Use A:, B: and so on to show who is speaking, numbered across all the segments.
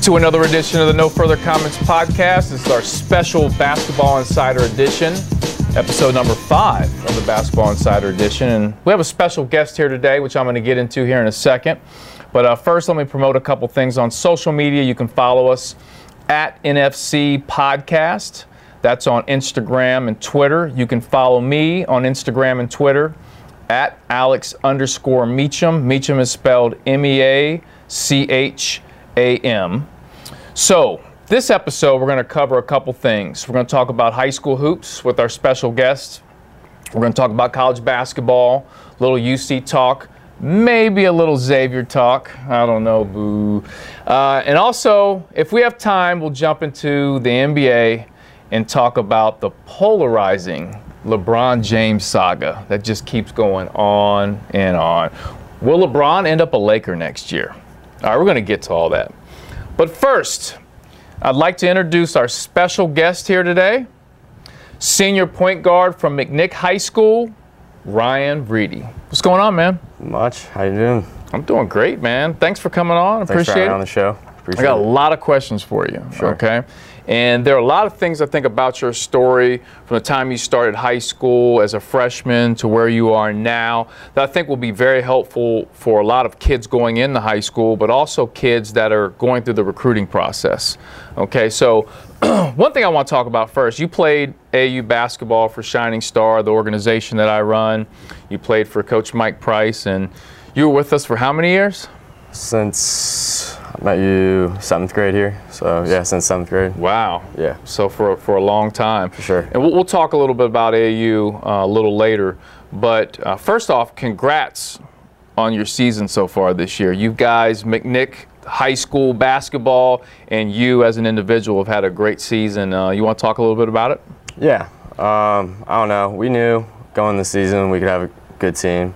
A: to another edition of the No Further Comments podcast. This is our special Basketball Insider edition, episode number five of the Basketball Insider edition. And we have a special guest here today, which I'm going to get into here in a second. But uh, first, let me promote a couple things on social media. You can follow us at NFC Podcast. That's on Instagram and Twitter. You can follow me on Instagram and Twitter at Alex underscore Meacham. Meacham is spelled M E A C H A M. So, this episode, we're going to cover a couple things. We're going to talk about high school hoops with our special guest. We're going to talk about college basketball, little UC talk, maybe a little Xavier talk. I don't know, boo. Uh, and also, if we have time, we'll jump into the NBA and talk about the polarizing LeBron James saga that just keeps going on and on. Will LeBron end up a Laker next year? All right, we're going to get to all that. But first, I'd like to introduce our special guest here today, senior point guard from McNick High School, Ryan Reedy. What's going on, man?
B: Much. How you doing?
A: I'm doing great, man. Thanks for coming on.
B: Thanks for
A: Appreciate
B: having
A: it.
B: me on the show.
A: I
B: Appreciate
A: got a
B: it.
A: lot of questions for you. Okay. And there are a lot of things I think about your story from the time you started high school as a freshman to where you are now that I think will be very helpful for a lot of kids going into high school, but also kids that are going through the recruiting process. Okay, so one thing I want to talk about first you played AU basketball for Shining Star, the organization that I run. You played for Coach Mike Price, and you were with us for how many years?
B: Since I met you seventh grade here, so yeah, since seventh grade.
A: Wow.
B: Yeah.
A: So for for a long time. For
B: sure.
A: And we'll, we'll talk a little bit about AU uh, a little later. But uh, first off, congrats on your season so far this year. You guys, McNick High School basketball, and you as an individual have had a great season. Uh, you want to talk a little bit about it?
B: Yeah. Um, I don't know. We knew going the season we could have a good team.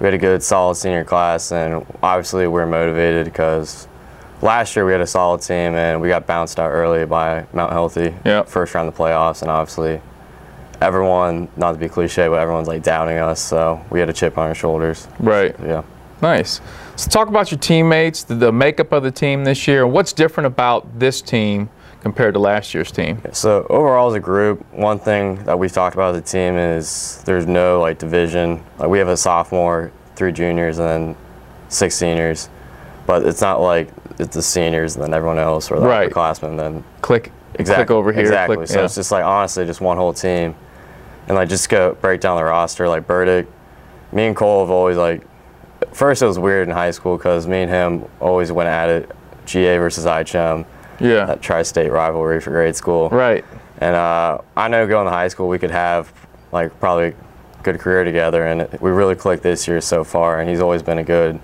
B: We had a good, solid senior class, and obviously we are motivated because last year we had a solid team and we got bounced out early by Mount Healthy.
A: Yeah.
B: First round of the playoffs, and obviously everyone, not to be cliche, but everyone's like doubting us, so we had a chip on our shoulders.
A: Right.
B: Yeah.
A: Nice. So talk about your teammates, the, the makeup of the team this year, and what's different about this team compared to last year's team.
B: So overall, as a group, one thing that we've talked about as a team is there's no like division. Like we have a sophomore, three juniors, and then six seniors, but it's not like it's the seniors and then everyone else or the
A: Right.
B: upperclassmen. Then
A: Click. Click
B: Exact-
A: over here.
B: Exactly.
A: Click,
B: so
A: yeah.
B: it's just like honestly, just one whole team, and like just go break down the roster. Like Burdick, me and Cole have always like. at First, it was weird in high school because me and him always went at it, GA versus IHM,
A: yeah.
B: that tri-state rivalry for grade school.
A: Right.
B: And uh, I know going to high school, we could have like probably a good career together, and it- we really clicked this year so far. And he's always been a good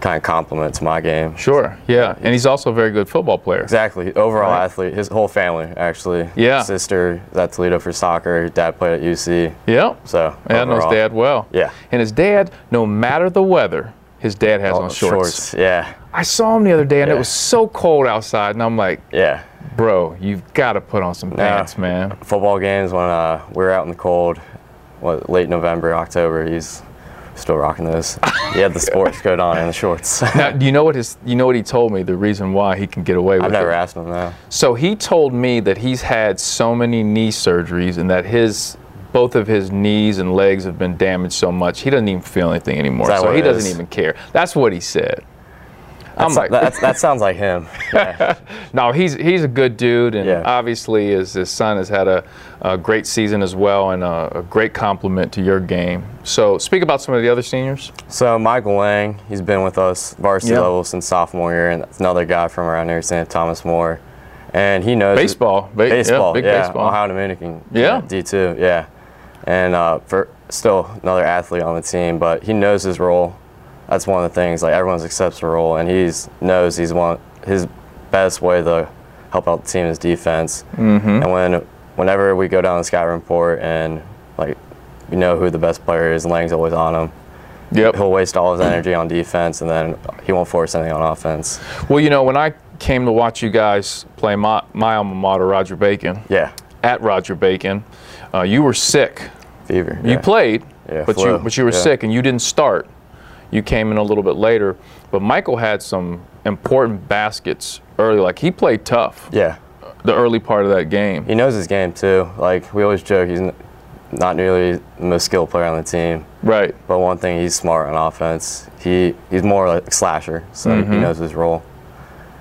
B: kind of compliment to my game.
A: Sure. Yeah, and he's also a very good football player.
B: Exactly, overall
A: Right.
B: athlete. His whole family actually.
A: Yeah.
B: Sister is at Toledo for soccer. Dad played at UC.
A: Yeah.
B: So
A: Yeah, I know his
B: overall-
A: dad well.
B: Yeah.
A: And his dad, no matter the weather, his dad has on shorts.
B: Yeah,
A: I saw him the other day, and it
B: Oh, Yeah.
A: was so cold outside, and I'm like,
B: yeah.
A: bro, you've got to put on some pants, man.
B: Football games when uh, we were out in the cold, what, late November, October. He's still rocking those. he had the sports coat on and the shorts.
A: Now, do you know what his? You know what he told me? The reason why he can get away with
B: I've
A: it.
B: never asked him that.
A: So he told me that he's had so many knee surgeries and that his both of his knees and legs have been damaged so much he doesn't even feel anything anymore.
B: that
A: So
B: what
A: he
B: it
A: doesn't
B: is?
A: even care. That's what he said. I'm
B: So-
A: like,
B: that, that sounds like him.
A: no, he's he's a good dude, and
B: Yeah.
A: obviously his his son has had a, a great season as well, and a, a great compliment to your game. So speak about some of the other seniors.
B: So Michael Lang, he's been with us varsity
A: Yeah.
B: level since sophomore year, and that's another guy from around here, St. Thomas More, and he knows
A: Baseball, ba- yeah,
B: baseball,
A: big
B: yeah,
A: baseball.
B: Ohio Dominican,
A: Yeah.
B: D two, yeah, and uh, for still another athlete on the team, but he knows his role. That's one of the things. Like everyone accepts the role, and he's knows he's one his best way to help out the team is defense. Mm-hmm. And when whenever we go down to Skyrimport and like we know who the best player is, and Lang's always on him
A: Yep.
B: he'll waste all his energy on defense and then he won't force anything on offense.
A: Well, you know, when I came to watch you guys play my, my alma mater, Roger Bacon,
B: Yeah,
A: at Roger Bacon, uh, you were sick.
B: fever.
A: You
B: yeah.
A: played,
B: Yeah,
A: but you
B: flu,
A: but you were
B: yeah.
A: sick and you didn't start. You came in a little bit later, but Michael had some important baskets early. Like he played tough
B: Yeah.
A: the early part of that game.
B: He knows his game too. Like we always joke, he's n- not nearly the most skilled player on the team,
A: Right.
B: but one thing he's smart on offense. He he's more like a slasher, so he knows his role.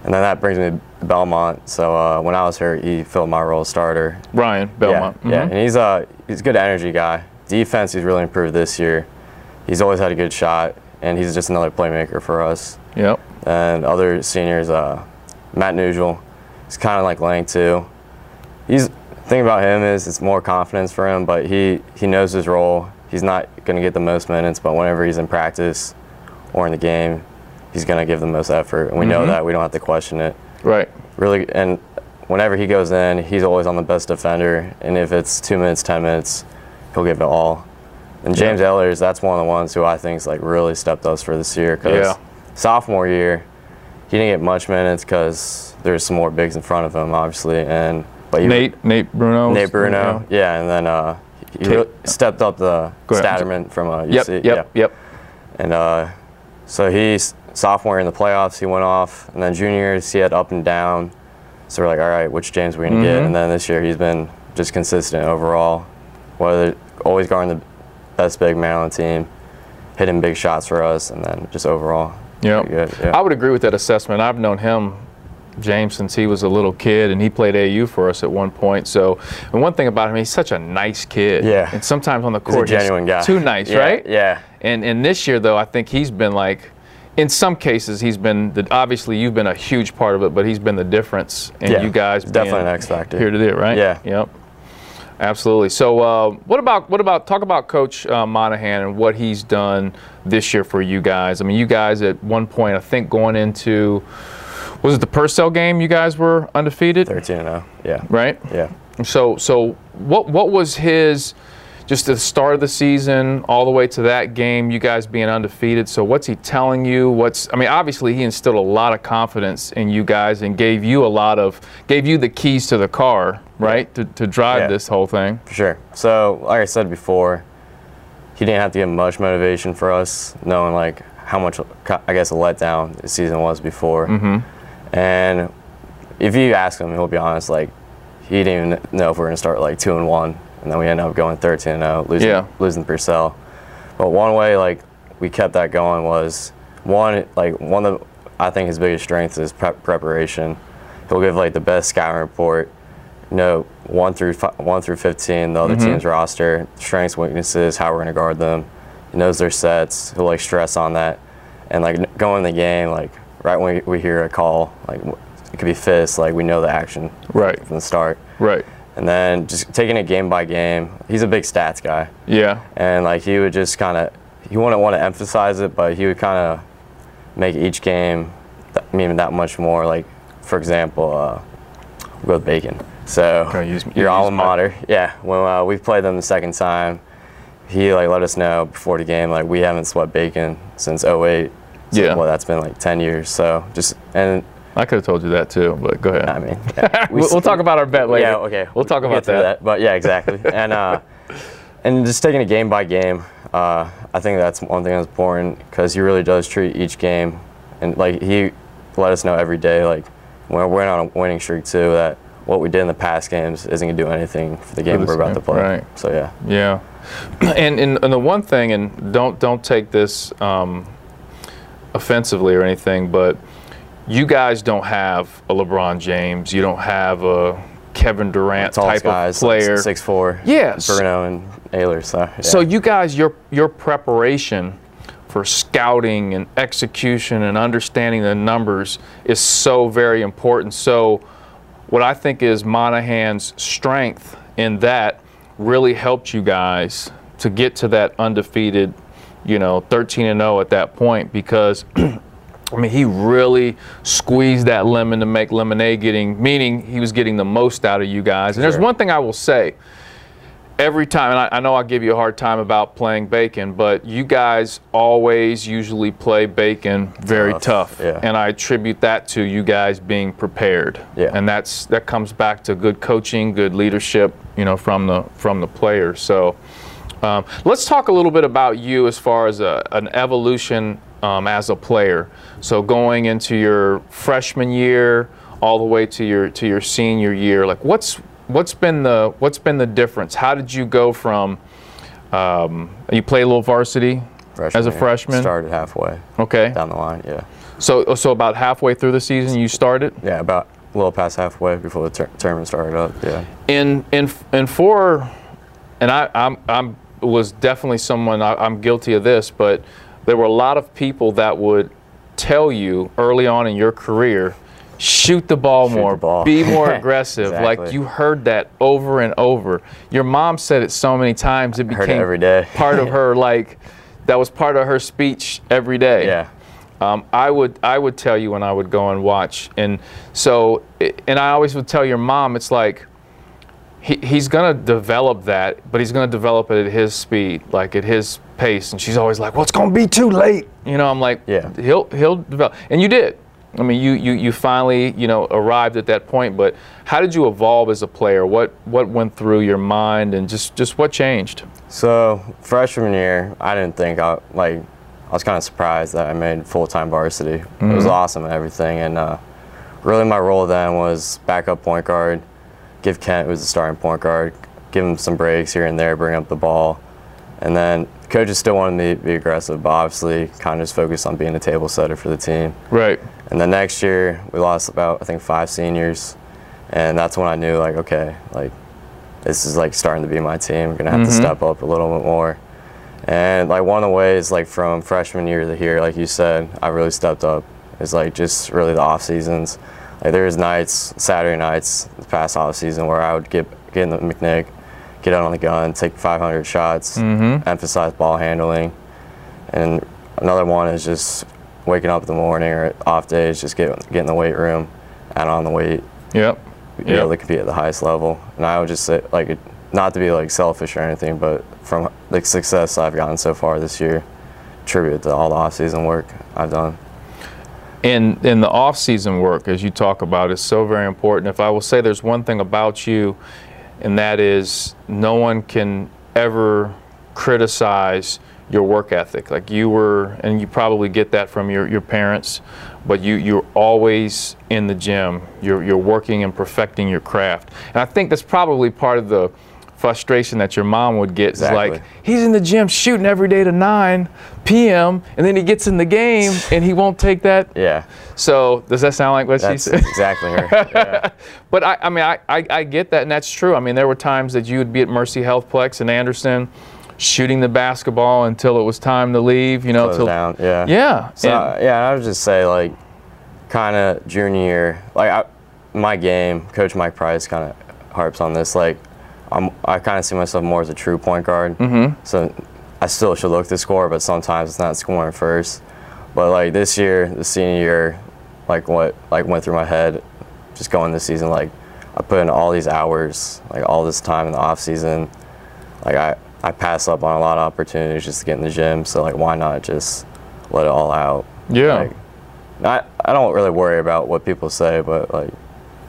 B: And then that brings me to Belmont. So uh, when I was here, he filled my role as starter.
A: Ryan Belmont.
B: Yeah, yeah.
A: Mhm.
B: and he's a he's a good energy guy. Defense, he's really improved this year. He's always had a good shot, and he's just another playmaker for us.
A: Mm-hmm. Yep.
B: and other seniors, uh, Matt Nugel. He's kind of like Lang too. He's the thing about him is it's more confidence for him, but he he knows his role. He's not going to get the most minutes, but whenever he's in practice or in the game, he's going to give the most effort, and we know that. We don't have to question it.
A: Right.
B: Really, and whenever he goes in, he's always on the best defender, and if it's two minutes, ten minutes, he'll give it all. And James Ellers, that's one of the ones who I think's like really stepped us for this year. 'cause
A: Yeah.
B: sophomore year, he didn't get much minutes because there's some more bigs in front of him, obviously. And but he,
A: Nate Nate Bruno.
B: Nate Bruno, yeah, and then uh, he
A: Take-
B: really stepped up the
A: Go ahead, I'm sorry.
B: Statterman from uh, UC.
A: Yep. Yep.
B: yeah.
A: Yep.
B: And uh, so he's sophomore in the playoffs, he went off, and then junior years, he had up and down. So we're like, all right, which James are we gonna
A: Mm-hmm.
B: get? And then this year he's been just consistent overall, whether always guarding the best big Maryland team, hitting big shots for us, and then just overall.
A: Yep.
B: pretty good, yeah.
A: I would agree with that assessment. I've known him, James, since he was a little kid, and he played AU for us at one point. So, and one thing about him, he's such a nice kid.
B: Yeah.
A: And sometimes on the
B: He's a
A: court,
B: genuine guy.
A: too nice,
B: Yeah,
A: right?
B: Yeah.
A: And and this year though, I think he's been like, in some cases he's been the, obviously you've been a huge part of it, but he's been the difference. And
B: Yeah,
A: you guys
B: definitely
A: being
B: an X factor.
A: here to do it, right?
B: Yeah.
A: Yep. Absolutely. So uh, what about what about talk about Coach uh, Monahan and what he's done this year for you guys? I mean, you guys at one point I think going into was it the Purcell game? You guys were undefeated,
B: 13 and 0. Yeah.
A: right?
B: Yeah.
A: So so what what was his just the start of the season all the way to that game you guys being undefeated so what's he telling you what's i mean obviously he instilled a lot of confidence in you guys and gave you a lot of gave you the keys to the car right to, to drive
B: Yeah.
A: this whole thing
B: For sure. So, like I said before, he didn't have to get much motivation for us, knowing like how much I guess a letdown the season was before. And if you ask him, he'll be honest. Like he didn't even know if we are gonna start like two and one, and then we end up going thirteen and zero, losing
A: Yeah.
B: losing Purcell. But one way like we kept that going was one like one of the, I think his biggest strengths is prep- preparation. He'll give like the best scouting report, you know one through fi- one through fifteen, the other team's roster, strengths, weaknesses, how we're gonna guard them. He knows their sets. He'll like stress on that, and like n- going in the game like right when we, we hear a call like w- it could be fist like we know the action
A: right
B: from the start.
A: right
B: And then just taking it game by game, he's a big stats guy
A: yeah
B: and like he would just kind of he wouldn't want to emphasize it but he would kind of make each game th- mean that much more like for example uh, we'll go with bacon so
A: Okay, use-
B: your
A: use
B: alma
A: my-
B: mater yeah when uh, we played them the second time he like let us know before the game like we haven't swept bacon since 08 So,
A: Yeah.
B: well that's been like 10 years so just and
A: i could have told you that too but go ahead
B: i mean yeah,
A: we'll, we'll talk about our bet later
B: yeah, okay.
A: we'll talk
B: get
A: about
B: through
A: that.
B: But yeah, exactly. and uh, and just taking it game by game, uh, I think that's one thing that's important because he really does treat each game, and like he let us know every day, like when we're on a winning streak too, that what we did in the past games isn't gonna do anything for the game
A: this
B: we're about
A: game,
B: to play.
A: right.
B: So yeah,
A: Yeah, and, and and the one thing, and don't don't take this um, offensively or anything, but you guys don't have a LeBron James, you don't have a Kevin Durant
B: tall
A: type
B: guys,
A: of player.
B: six four.
A: Yeah, s-
B: Bruno and Ayler. So yeah.
A: So you guys, your your preparation for scouting and execution and understanding the numbers is so very important. So what I think is Monahan's strength in that really helped you guys to get to that undefeated, you know, 13 and 0 at that point because I mean, he really squeezed that lemon to make lemonade, getting meaning he was getting the most out of you guys. And there's
B: Sure.
A: one thing I will say every time, and I, I know I give you a hard time about playing Bacon, but you guys always usually play Bacon very tough,
B: Tough, yeah.
A: and I attribute that to you guys being prepared.
B: Yeah.
A: And that's that comes back to good coaching, good leadership, you know, from the from the players. So. Um, let's talk a little bit about you as far as a, an evolution um, as a player. So going into your freshman year, all the way to your to your senior year, like what's what's been the what's been the difference? How did you go from um, you play a little varsity as a
B: year.
A: freshman?
B: Started halfway
A: Okay,
B: down the line, yeah.
A: so so about halfway through the season, you started.
B: Yeah, about a little past halfway before the tur- tournament started up, yeah.
A: in in in four, and I I'm, I'm was definitely someone I, I'm guilty of this, but there were a lot of people that would tell you early on in your career, shoot the ball
B: the
A: more,
B: ball."
A: be more aggressive. Like
B: Exactly.
A: you heard that over and over. Your mom said it so many times it became
B: heard it every day.
A: part of her like that was part of her speech every day.
B: Yeah,
A: Um, I would I would tell you when I would go and watch, and so i- and I always would tell your mom it's like he, he's gonna develop that, but he's gonna develop it at his speed, like at his pace, and she's always like, well, it's gonna be too late, you know. I'm like,
B: Yeah.
A: he'll he'll develop, and you did. I mean, you you you finally you know arrived at that point, but how did you evolve as a player? What what went through your mind, and just just what changed?
B: so freshman year, I didn't think I, like, I was kind of surprised that I made full-time varsity. It was awesome and everything, and uh, really my role then was backup point guard, give Kent, who's the starting point guard, give him some breaks here and there, bring up the ball. And then coaches still wanted me to be aggressive, but obviously kind of just focused on being a table setter for the team.
A: Right.
B: And then next year, we lost about I think five seniors, and that's when I knew like okay, like this is like starting to be my team. We're gonna have to step up a little bit more. And like one of the ways like from freshman year to here, like you said, I really stepped up. Is like just really the off seasons. Like there was nights, Saturday nights, the past off season where I would get get in the McNick, get out on the gun, take 500 shots, emphasize ball handling. And another one is just waking up in the morning or off days, just get, get in the weight room, add on the weight,
A: Yep.
B: be able to compete at the highest level. And I would just say, like, not to be like selfish or anything, but from the success I've gotten so far this year, tribute to all the off-season work I've done.
A: in in the off-season work, as you talk about, is so very important. If I will say there's one thing about you, and that is no one can ever criticize your work ethic. Like you were, and you probably get that from your, your parents, but you you're always in the gym. You're you're working and perfecting your craft, and I think that's probably part of the frustration that your mom would get
B: Exactly.
A: is like he's in the gym shooting every day to 9 p.m. and then he gets in the game and he won't take that
B: Yeah,
A: so does that sound like what she
B: that's
A: said?
B: exactly her. Yeah.
A: But I, I mean, I, I, I get that, and that's true. I mean, there were times that you would be at Mercy Healthplex in Anderson, shooting the basketball until it was time to leave. You know,
B: Close
A: till
B: down. Yeah.
A: yeah,
B: So
A: and-
B: uh, yeah, I would just say like, kind of junior year, like I, my game. Coach Mike Price kind of harps on this. Like, I'm, I kind of see myself more as a true point guard. Mm-hmm. So I still should look to score, but sometimes it's not scoring first. But like this year, the senior year, like what like went through my head, just going this season. Like, I put in all these hours, like all this time in the off season. Like I, I pass up on a lot of opportunities just to get in the gym. So like, why not just let it all out?
A: yeah.
B: Like, I, I don't really worry about what people say, but like,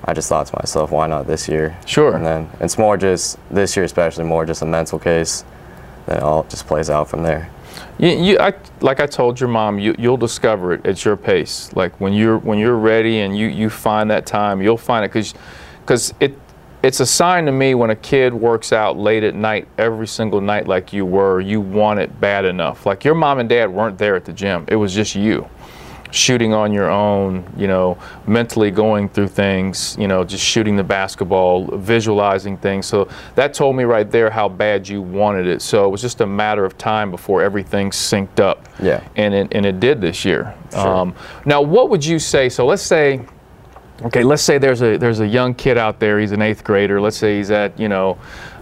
B: I just thought to myself, why not this year?
A: Sure.
B: And then it's more just this year, especially more just a mental case. Then it all just plays out from there.
A: You, you, I, like I told your mom, you, you'll discover it at your pace. Like when you're when you're ready and you you find that time, you'll find it because it it's a sign to me when a kid works out late at night every single night like you were. You want it bad enough. Like your mom and dad weren't there at the gym. It was just you shooting on your own, you know, mentally going through things, you know, just shooting the basketball, visualizing things. So that told me right there how bad you wanted it. So it was just a matter of time before everything synced up.
B: Yeah.
A: And it, and it did this year. Um, now, what would you say? So let's say, okay, let's say there's a there's a young kid out there. He's an eighth grader. Let's say he's at you know,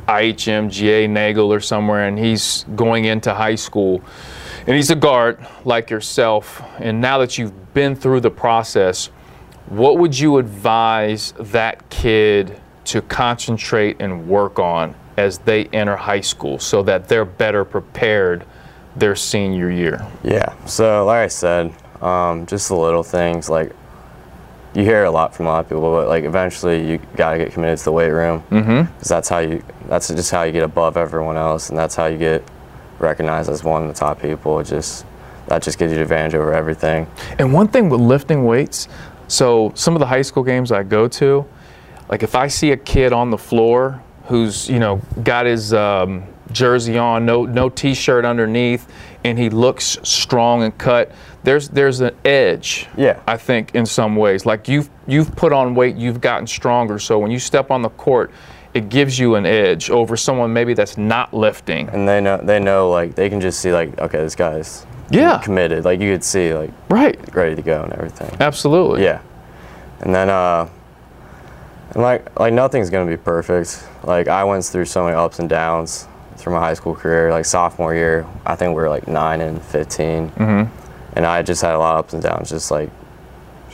A: IHM, GA Nagel or somewhere, and he's going into high school and he's a guard like yourself. And now that you've been through the process, what would you advise that kid to concentrate and work on as they enter high school so that they're better prepared their senior year?
B: Yeah. So, like I said, um, just the little things. Like, you hear a lot from a lot of people, but like eventually you gotta get committed to the weight room because
A: Mm-hmm.
B: that's how you. That's just how you get above everyone else, and that's how you get recognized as one of the top people. Just that just gives you the advantage over everything.
A: And one thing with lifting weights, so some of the high school games I go to, like if I see a kid on the floor who's you know got his um, jersey on, no no t-shirt underneath, and he looks strong and cut, there's there's an edge.
B: Yeah.
A: I think in some ways, like you've you've put on weight, you've gotten stronger. So when you step on the court, it gives you an edge over someone maybe that's not lifting.
B: And they know they know like they can just see like okay this guy's
A: Yeah.
B: committed like you could see like
A: Right.
B: ready to go and everything.
A: Absolutely.
B: Yeah. And then uh and like like nothing's gonna be perfect. Like I went through so many ups and downs through my high school career. Like sophomore year, I think we were like nine and 15 Mm-hmm. And I just had a lot of ups and downs, just like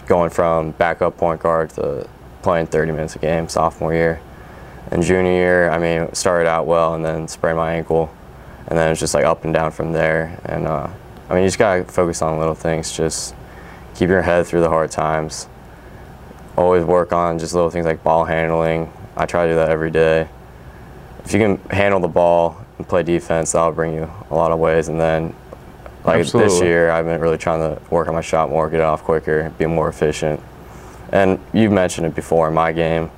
B: going from backup point guard to playing thirty minutes a game sophomore year. And junior year, I mean, it started out well and then sprained my ankle. And then it's just like up and down from there. And uh, I mean, you just gotta focus on little things. Just keep your head through the hard times. Always work on just little things like ball handling. I try to do that every day. If you can handle the ball and play defense, that'll bring you a lot of ways. And then, like this
A: Absolutely.
B: year, I've been really trying to work on my shot more, get it off quicker, be more efficient. And you mentioned it before in my game,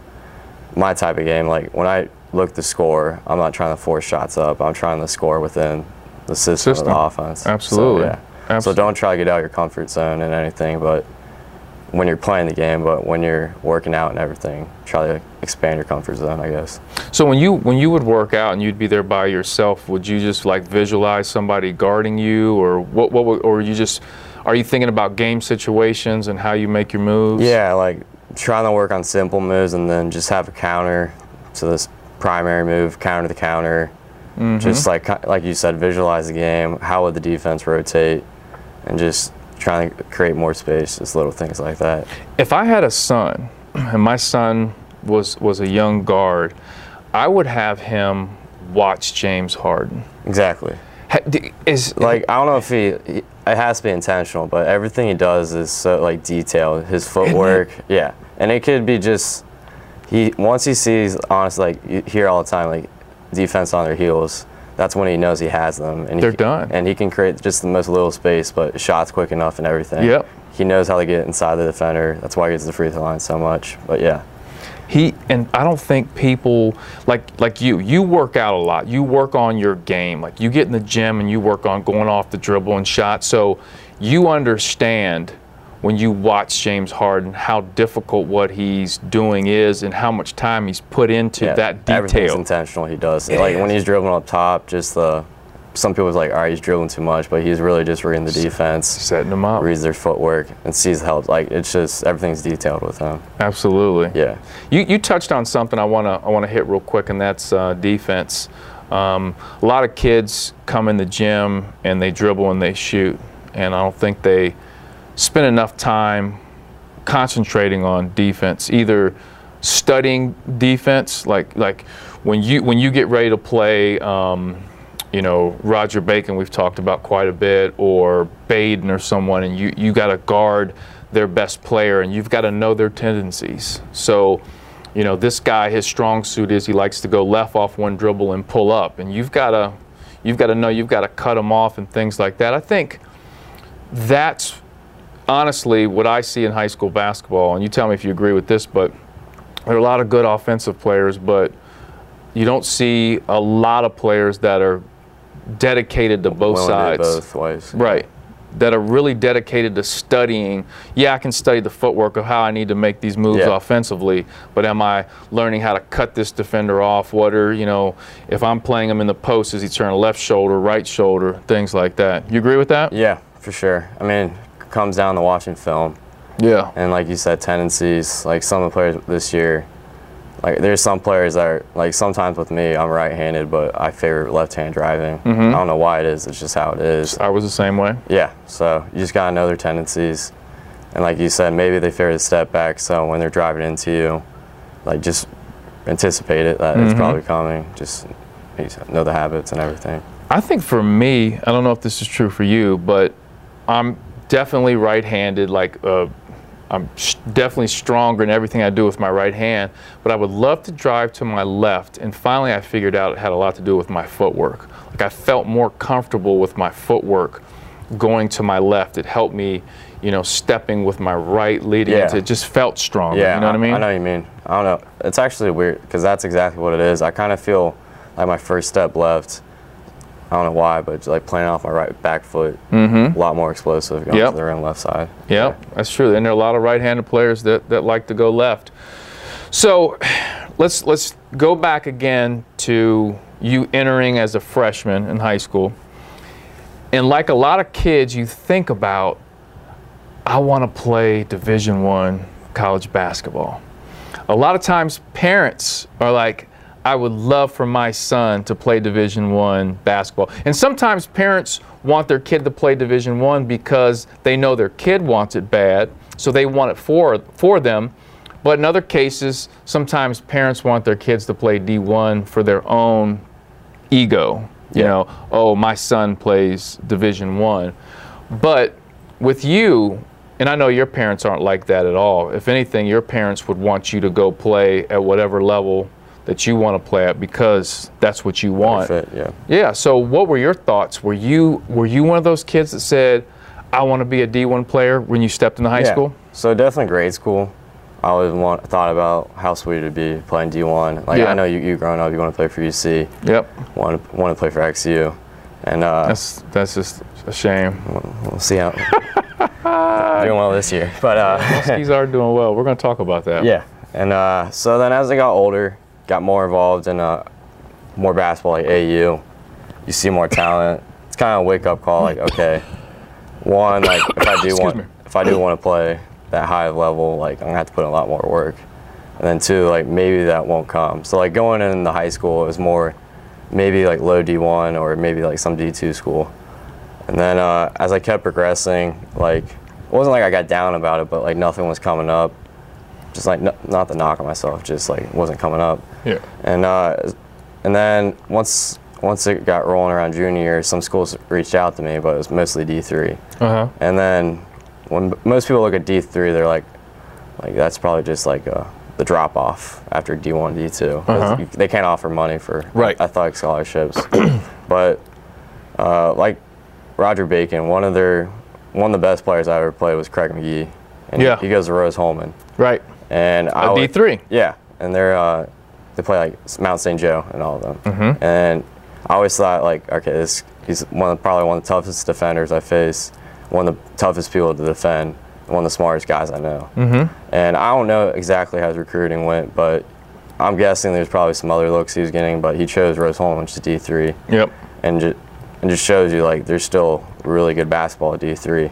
B: my type of game. Like when I look to score, I'm not trying to force shots up. I'm trying to score within the system,
A: System.
B: of the offense. So,
A: Absolutely.
B: yeah. So
A: Absolutely.
B: don't try to get out of your comfort zone and anything, but when you're playing the game, but when you're working out and everything, try to expand your comfort zone, I guess.
A: So when you when you would work out and you'd be there by yourself, would you just like visualize somebody guarding you, or what? What? would- Or you just are you thinking about game situations and how you make your moves?
B: Yeah, like trying to work on simple moves and then just have a counter to this primary move, counter to counter. Just like like you said, visualize the game. How would the defense rotate? And just trying to create more space, just little things like that.
A: If I had a son, and my son was was a young guard, I would have him watch James Harden.
B: Exactly.
A: Ha- d- Is
B: Like I don't know if he, he it has to be intentional, but everything he does is so like detailed. His footwork, yeah, and it could be just he once he sees honestly like you hear all the time like defense on their heels. That's when he knows he has them, and
A: They're
B: he,
A: done.
B: And he can create just the most little space, but shots quick enough and everything.
A: Yep.
B: He knows how to get inside the defender. That's why he gets the free throw line so much. But yeah,
A: he and I don't think people like like you. You work out a lot. You work on your game. Like you get in the gym and you work on going off the dribble and shot. So you understand when you watch James Harden how difficult what he's doing is and how much time he's put into
B: yeah,
A: that
B: Everything's
A: detail.
B: intentional. He does it. like when he's dribbling up top. Just the some people was like, all right, he's dribbling too much, but he's really just reading the defense.
A: Setting him up.
B: reads their footwork and sees help. Like it's just everything's detailed with him.
A: Absolutely.
B: Yeah.
A: You, you touched on something I want to I want to hit real quick, and that's uh, defense. Um, a lot of kids come in the gym and they dribble and they shoot, and I don't think they spend enough time concentrating on defense, either studying defense, like like when you when you get ready to play. Um, you know Roger Bacon we've talked about quite a bit, or Baden or someone, and you you got to guard their best player, and you've got to know their tendencies. So, you know this guy, his strong suit is he likes to go left off one dribble and pull up, and you've got to you've got to know you've got to cut him off and things like that. I think that's honestly what I see in high school basketball, and you tell me if you agree with this, but there are a lot of good offensive players, but you don't see a lot of players that are dedicated to both
B: Willing to do
A: sides.
B: both ways.
A: Right. That are really dedicated to studying. Yeah, I can study the footwork of how I need to make these moves
B: Yeah.
A: offensively, but am I learning how to cut this defender off? What are, you know, if I'm playing him in the post, is he turning left shoulder, right shoulder, things like that? You agree with that?
B: Yeah, for sure. I mean, it comes down to watching film
A: Yeah.
B: and like you said, tendencies. Like some of the players this year, like there's some players that are like sometimes with me, I'm right-handed, but I favor left-hand driving.
A: Mm-hmm.
B: I don't know why it is. It's just how it is.
A: I was the same way.
B: Yeah. So you just gotta know their tendencies, and like you said, maybe they fear the step back. So when they're driving into you, like just anticipate it that
A: Mm-hmm.
B: it's probably coming. Just you know the habits and everything.
A: I think for me, I don't know if this is true for you, but I'm definitely right-handed. Like uh, I'm s definitely stronger in everything I do with my right hand. But I would love to drive to my left. And finally, I figured out it had a lot to do with my footwork. Like I felt more comfortable with my footwork going to my left. It helped me, you know, stepping with my right, leading
B: Yeah.
A: into it just felt stronger.
B: Yeah,
A: you know what I mean?
B: I know what you mean. I don't know. It's actually weird because that's exactly what it is. I kind of feel like my first step left. I don't know why, but it's like playing off my right back foot, mm-hmm. a lot more explosive going
A: Yep.
B: to the rim left side.
A: Yeah, that's true. And there are a lot of right-handed players that, that like to go left. So let's let's go back again to you entering as a freshman in high school. And like a lot of kids, you think about, I want to play Division One college basketball. A lot of times, parents are like, I would love for my son to play Division One basketball. And sometimes parents want their kid to play Division One because they know their kid wants it bad, so they want it for for them. But in other cases, sometimes parents want their kids to play D1 for their own ego. You
B: Yeah.
A: know, oh, my son plays Division One. But with you, and I know your parents aren't like that at all. If anything, your parents would want you to go play at whatever level that you want to play at because that's what you want.
B: Fit, yeah.
A: Yeah. So, what were your thoughts? Were you were you one of those kids that said, "I want to be a D1 player" when you stepped into high
B: Yeah.
A: school?
B: So definitely grade school. I always want, thought about how sweet it'd be playing D1. Like
A: Yeah.
B: I know you, you growing up, you want to play for UC,
A: Yep.
B: want to, want to play for XU, and uh,
A: That's that's just a shame.
B: we'll see how doing well this year. But uh,
A: These are doing well. We're going to talk about that.
B: Yeah, and uh, so then as I got older, got more involved in uh, more basketball, like AU. You see more talent. It's kind of a wake up call. Like, okay, one, like if I do want,
A: me.
B: if I do want to play that high level, like I'm gonna have to put in a lot more work. And then two, like maybe that won't come. So like going in the high school, it was more maybe like low D1 or maybe like some D2 school. And then uh, as I kept progressing, like it wasn't like I got down about it, but like nothing was coming up. Just like n- not the knock on myself, just like it wasn't coming up.
A: Yeah.
B: And uh, and then once once it got rolling around junior year, some schools reached out to me, but it was mostly D3.
A: Uh huh.
B: And then when most people look at D3, they're like, like that's probably just like uh, the drop off after D1, D2.
A: Uh-huh.
B: You- They can't offer money for
A: Right.
B: athletic scholarships. but uh, like Roger Bacon, one of their one of the best players I ever played was Craig McGee, and
A: Yeah.
B: he, he goes to Rose Holman,
A: Right.
B: and I
A: A
B: would-
A: D three.
B: yeah, and they're uh, they play like Mount St. Joe and all of them. And I always thought like, okay, this he's one of, probably one of the toughest defenders I face, one of the toughest people to defend, one of the smartest guys I know. Mm-hmm. And I don't know exactly how his recruiting went, but I'm guessing there's probably some other looks he was getting, but he chose Rose Holm, which is D3
A: Yep.
B: and just and just shows you like there's still really good basketball at D3.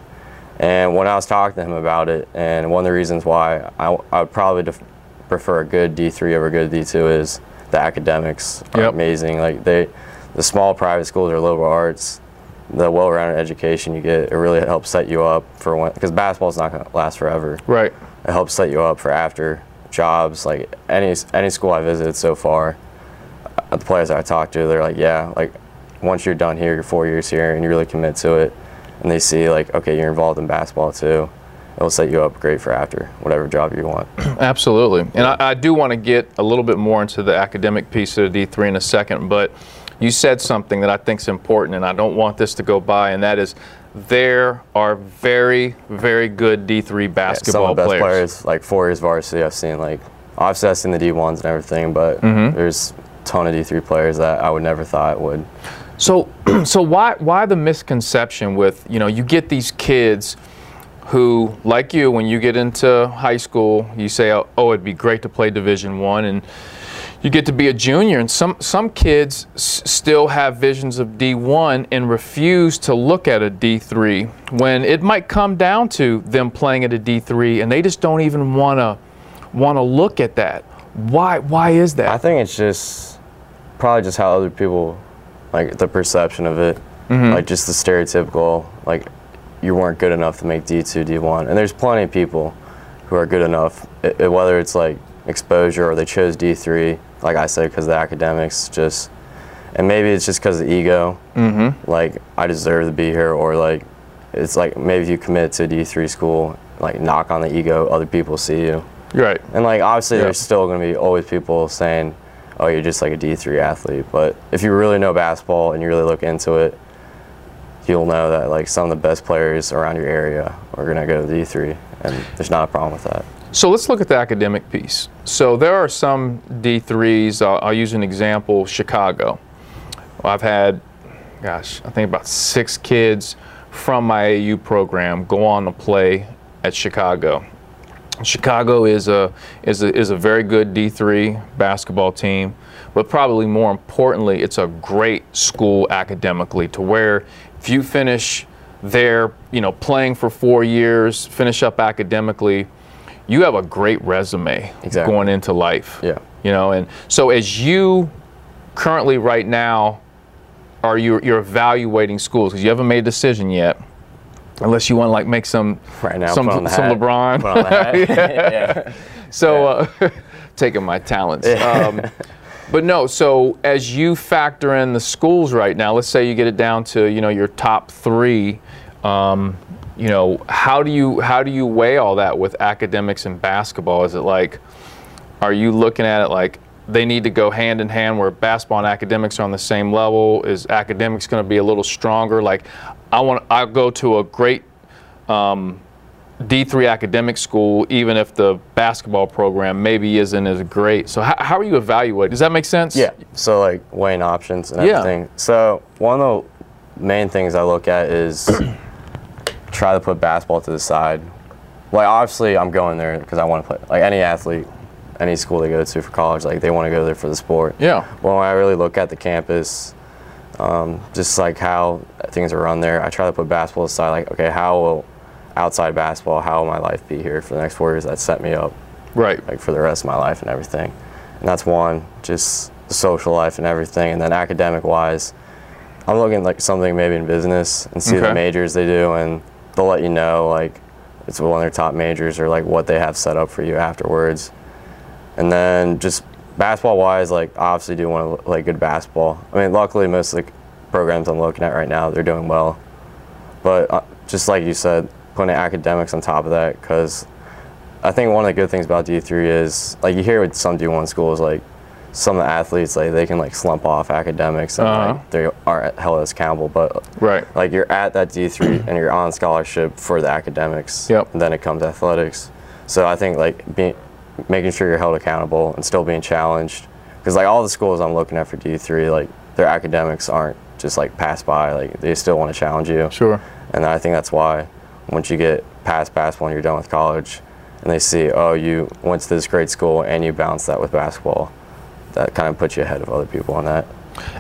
B: And when I was talking to him about it, and one of the reasons why I, I would probably def- prefer a good D3 over a good D2 is the academics are
A: Yep.
B: amazing. Like they, the small private schools or liberal arts, the well-rounded education you get, it really helps set you up for when because basketball's not gonna last forever
A: Right.
B: it helps set you up for after jobs like any any school i visited so far uh, the players i talked to they're like yeah like once you're done here you're four years here and you really commit to it and they see like okay you're involved in basketball too it'll set you up great for after whatever job you want
A: Absolutely. And I, I do want to get a little bit more into the academic piece of the D3 in a second, but you said something that I think is important, and I don't want this to go by, and that is there are very, very good D3
B: some
A: basketball
B: of the best
A: players.
B: players. like four years varsity i've seen like obviously i've seen the d1s and everything but
A: Mm-hmm.
B: there's a ton of d3 players that i would never thought would
A: So, so why why the misconception with you know you get these kids who like you when you get into high school you say oh, oh, it'd be great to play Division One and you get to be a junior and some some kids s- still have visions of D one and refuse to look at a D three when it might come down to them playing at a D three and they just don't even wanna wanna look at that. Why why is that?
B: I think it's just probably just how other people like the perception of it, like just the stereotypical like you weren't good enough to make D two D one, and there's plenty of people who are good enough, i i- whether it's like exposure or they chose D three, like I said, because the academics just, and maybe it's just because of ego, mm-hmm. like I deserve to be here, or like it's like maybe if you commit to D three school, like knock on the ego, other people see you.
A: You're right.
B: And like obviously,
A: Yeah.
B: there's still going to be always people saying, "Oh, you're just like a D3 athlete." But if you really know basketball and you really look into it, you'll know that like some of the best players around your area are going to go to the E3, and there's not a problem with that.
A: So let's look at the academic piece. So there are some D3s. I'll, I'll use an example Chicago. Well, I've had, gosh, I think about six kids from my AU program go on to play at Chicago. Chicago is a is a, is a very good D3 basketball team, but probably more importantly, it's a great school academically. To where if you finish there, you know, playing for four years, finish up academically, you have a great resume
B: Exactly.
A: going into life.
B: Yeah.
A: You know, and so as you currently right now are you you're evaluating schools because you haven't made a decision yet, unless you want to like make some
B: Right now,
A: some
B: put on the
A: some
B: hat.
A: LeBron.
B: Put on the hat. yeah.
A: So, uh, taking my talents. Um, but no, so as you factor in the schools right now, let's say you get it down to you know your top three. Um, you know how do you how do you weigh all that with academics and basketball? Is it like are you looking at it like they need to go hand in hand where basketball and academics are on the same level? Is academics going to be a little stronger? Like I want I'll go to a great D3 academic school, even if the basketball program maybe isn't as great. So, how, how are you evaluating? Does that make sense?
B: Yeah. So like weighing options and
A: Yeah.
B: everything. So one of the main things I look at is try to put basketball to the side. Like obviously I'm going there because I want to play. Like any athlete, any school they go to for college, like they want to go there for the sport.
A: Yeah.
B: But when I really look at the campus, um, just like how things are run there, I try to put basketball aside. Like okay, how will outside basketball, how will my life be here for the next four years? That set me up
A: Right.
B: like for the rest of my life and everything. And that's one, just the social life and everything. And then academic wise, I'm looking like something maybe in business and see
A: Okay.
B: the majors they do, and they'll let you know like it's one of their top majors or like what they have set up for you afterwards. And then just basketball wise, like obviously do want to play good basketball. I mean, luckily most of the programs I'm looking at right now they're doing well, but uh, just like you said, putting academics on top of that because I think one of the good things about D three is like you hear with some D one schools like some of the athletes like they can like slump off academics and
A: Uh-huh.
B: like they are held as accountable, but
A: Right.
B: like you're at that D three and you're on scholarship for the academics.
A: Yep.
B: And then it comes athletics. So I think like being making sure you're held accountable and still being challenged because like all the schools I'm looking at for D three like their academics aren't just like passed by like they still want to challenge you.
A: Sure.
B: And I think that's why once you get past basketball and you're done with college and they see, oh, you went to this great school and you balanced that with basketball, that kind of puts you ahead of other people on that.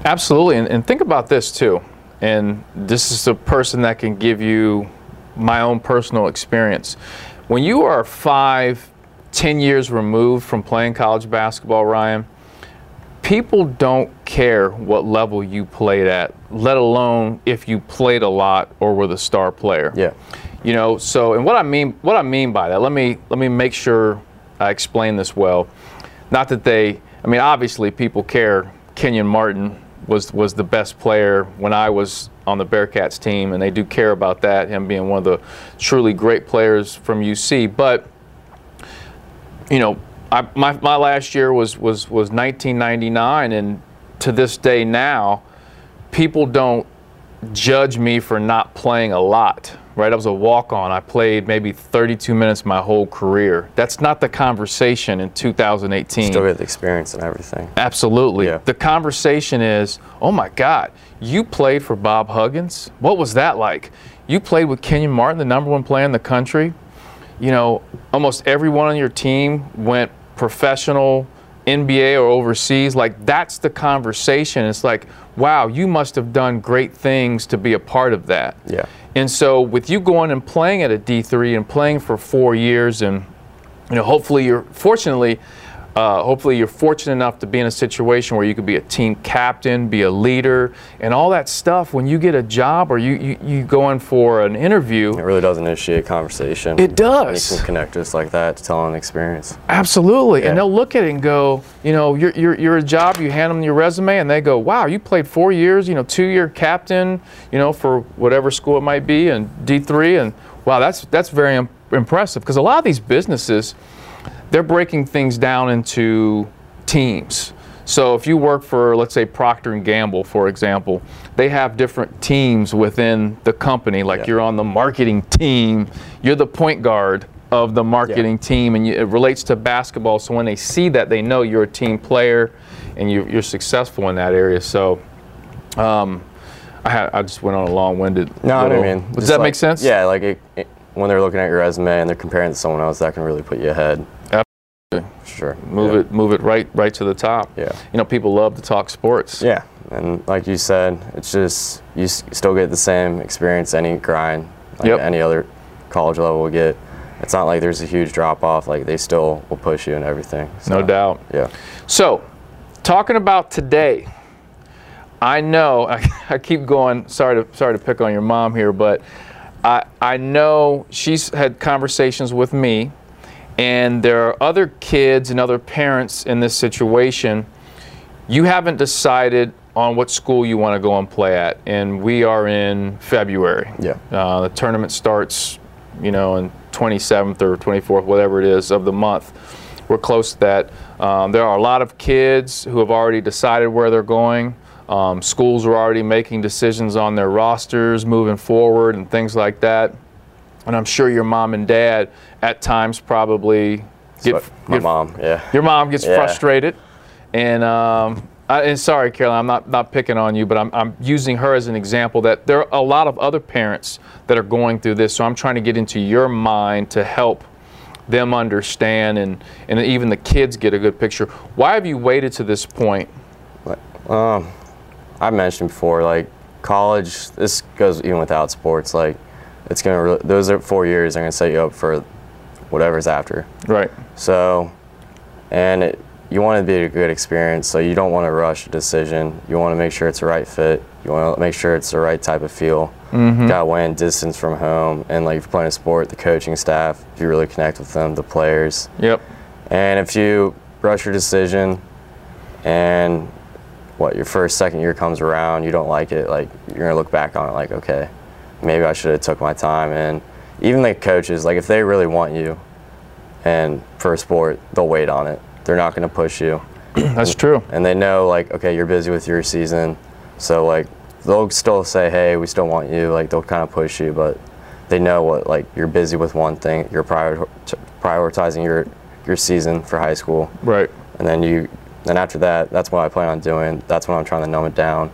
A: Absolutely. And, and think about this too. And this is the person that can give you my own personal experience. When you are five, ten years removed from playing college basketball, Ryan, people don't care what level you played at, let alone if you played a lot or were the star player.
B: Yeah.
A: you know so and what i mean what i mean by that let me let me make sure i explain this well not that they i mean obviously people care kenyon martin was was the best player when i was on the bearcats team and they do care about that him being one of the truly great players from uc but you know, I, my, my last year was, was, was 1999, and to this day now, people don't judge me for not playing a lot, right? I was a walk on. I played maybe 32 minutes my whole career. That's not the conversation in 2018.
B: Still get the experience and everything.
A: Absolutely.
B: Yeah.
A: The conversation is, oh my God, you played for Bob Huggins? What was that like? You played with Kenyon Martin, the number one player in the country. You know, almost everyone on your team went professional, NBA or overseas. Like, that's the conversation. It's like, wow, you must have done great things to be a part of that.
B: Yeah.
A: And so, with you going and playing at a D3 and playing for four years and you know, hopefully you're fortunately, uh, hopefully you're fortunate enough to be in a situation where you could be a team captain, be a leader, and all that stuff. When you get a job or you you, you go in for an interview,
B: It really does initiate conversation.
A: It does.
B: You can connect just like that to tell an experience.
A: absolutely,
B: Yeah.
A: and they'll look at it and go, you know, you're, you're you're a job. You hand them your resume, and they go, wow, you played four years, you know, two year captain, you know, for whatever school it might be, and D three, and wow, that's that's very im- impressive because a lot of these businesses. they're breaking things down into teams. So if you work for, let's say, Procter and Gamble, for example, they have different teams within the company. Like
B: Yeah.
A: you're on the marketing team, you're the point guard of the marketing team, and you, it relates to basketball. So when they see that, they know you're a team player, and you, you're successful in that area. So. Um, I, had, I just went on a long-winded.
B: No, I know
A: little-
B: what you mean.
A: Does
B: Just
A: that
B: like-
A: make sense?
B: Yeah, like it, it- when they're looking at your resume and they're comparing it to someone else, that can really put you ahead.
A: Absolutely.
B: For Sure.
A: move
B: yeah.
A: it move it right right to the top
B: Yeah.
A: you know people love to talk sports
B: Yeah, and like you said, it's just you s- still get the same experience any grind like
A: Yep.
B: any other college level will get. It's not like there's a huge drop off. Like they still will push you and everything.
A: no
B: So,
A: doubt
B: Yeah.
A: so talking about today i know I, I keep going sorry to sorry to pick on your mom here but i i know she's had conversations with me and there are other kids and other parents in this situation you haven't decided on what school you want to go and play at and we are in february
B: Yeah.
A: Uh, the tournament starts, you know, on 27th or 24th, whatever it is of the month. We're close to that. Um, there are a lot of kids who have already decided where they're going. Um, schools are already making decisions on their rosters moving forward and things like that. And I'm sure your mom and dad at times probably get,
B: but my
A: get-
B: mom. Yeah.
A: your mom gets
B: Yeah.
A: frustrated, and um, I, and sorry, Caroline, I'm not not picking on you, but I'm I'm using her as an example that there are a lot of other parents that are going through this. So I'm trying to get into your mind to help them understand, and and even the kids get a good picture. Why have you waited to this point?
B: I mentioned before, like college. This goes even without sports. Like it's gonna. Re- those are four years. They're gonna set you up for whatever's after.
A: Right.
B: So, and it, you want it to be a good experience, so you don't want to rush a decision. You want to make sure it's the right fit. You want to make sure it's the right type of feel. Got away in distance from home, and like if you're playing a sport, the coaching staff, if you really connect with them, the players.
A: Yep.
B: And if you rush your decision, and what your first second year comes around, you don't like it. Like you're gonna look back on it, like okay, maybe I should have took my time. And even the coaches, like if they really want you, and for a sport, they'll wait on it. They're not gonna push you,
A: That's true.
B: and they know like okay, you're busy with your season, so like they'll still say hey, we still want you. Like they'll kind of push you, but they know what like you're busy with one thing. You're prior- prioritizing your your season for high school
A: Right.
B: and then you then after that that's what i plan on doing that's when i'm trying to numb it down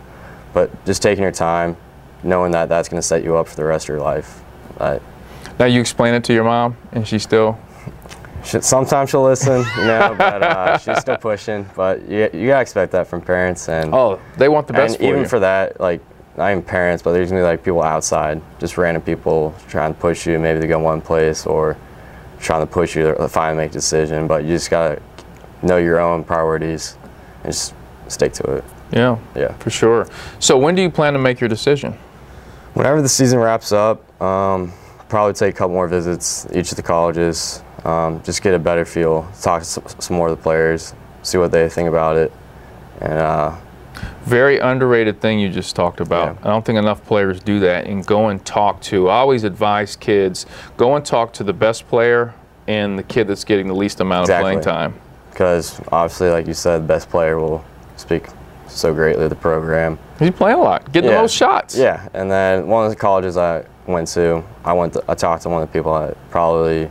B: but just taking your time knowing that that's going to set you up for the rest of your life uh,
A: Now you explain it to your mom, and she still.
B: she, sometimes she'll listen you know but uh, she's still pushing but you, you gotta expect that from parents and,
A: Oh, they want the best
B: and
A: for
B: even
A: you.
B: for that like not even parents but there's gonna be like people outside just random people trying to push you maybe to go one place or trying to push you to finally make a decision but you just gotta know your own priorities and just stick to it
A: yeah.
B: yeah
A: For sure. So when do you plan to make your decision?
B: Whenever the season wraps up, um, probably take a couple more visits each of the colleges, um, just get a better feel, talk to s- some more of the players, see what they think about it, and uh,
A: Very underrated thing you just talked about. I
B: Yeah.
A: don't think enough players do that and go and talk to. I always advise kids go and talk to the best player and the kid that's getting the least amount
B: Exactly.
A: of playing time.
B: because obviously, like you said, the best player will speak so greatly to the program.
A: He's playing a lot, getting the
B: Yeah.
A: most shots.
B: Yeah, and then one of the colleges I went to, I went, to, I talked to one of the people that probably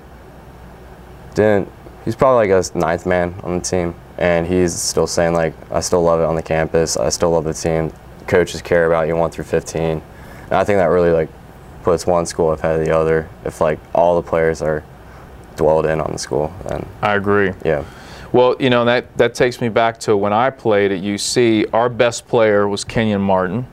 B: didn't. He's probably like a ninth man on the team, and he's still saying like, I still love it on the campus. I still love the team. Coaches care about you one through fifteen, and I think that really like puts one school ahead of the other. If like all the players are dwelled in on the school, then
A: I agree.
B: yeah,
A: Well, you know, that, that takes me back to when I played at UC, our best player was Kenyon Martin,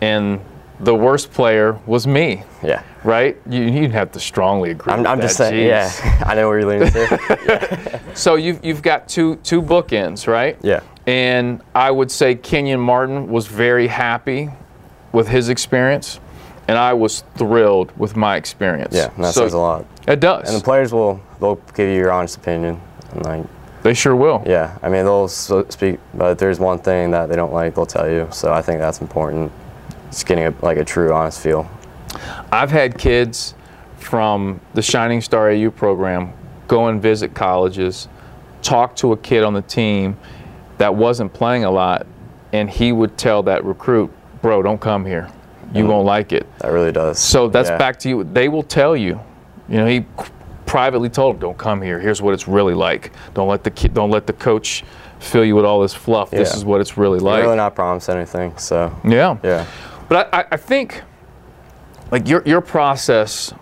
A: and the worst player was me,
B: yeah.
A: right? You, you'd have to strongly agree
B: I'm,
A: with
B: I'm just
A: that.
B: saying,
A: Jeez.
B: yeah. I know where you're leaning to.
A: So you've, you've got two two bookends, right?
B: Yeah.
A: And I would say Kenyon Martin was very happy with his experience, and I was thrilled with my experience.
B: Yeah, and that
A: So-
B: says a lot.
A: It does.
B: And the players will they'll give you your honest opinion. And like,
A: they sure will.
B: yeah, I mean they'll s- speak, but if there's one thing that they don't like, they'll tell you. So I think that's important. It's getting a, like a true honest feel.
A: I've had kids from the Shining Star AU program go and visit colleges, talk to a kid on the team, that wasn't playing a lot, and he would tell that recruit, "Bro, don't come here. You
B: Uh-huh.
A: won't like it."
B: That really does.
A: So that's
B: Yeah.
A: back to you. They will tell you. You know, he qu- privately told him, "Don't come here. Here's what it's really like. Don't let the ki- don't let the coach fill you with all this fluff. This
B: Yeah.
A: is what it's really
B: You're
A: like."
B: really not promised anything. So
A: yeah.
B: yeah,
A: But I, I- I think, like your your process,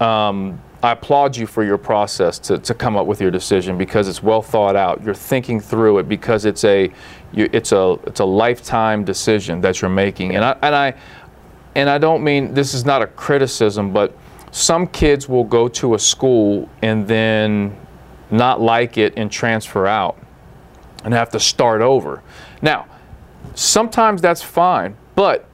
A: um, I applaud you for your process to, to come up with your decision because it's well thought out. You're thinking through it because it's a you, it's a it's a lifetime decision that you're making, and I and I and I don't mean this is not a criticism, but some kids will go to a school and then not like it and transfer out and have to start over. Now, sometimes that's fine, but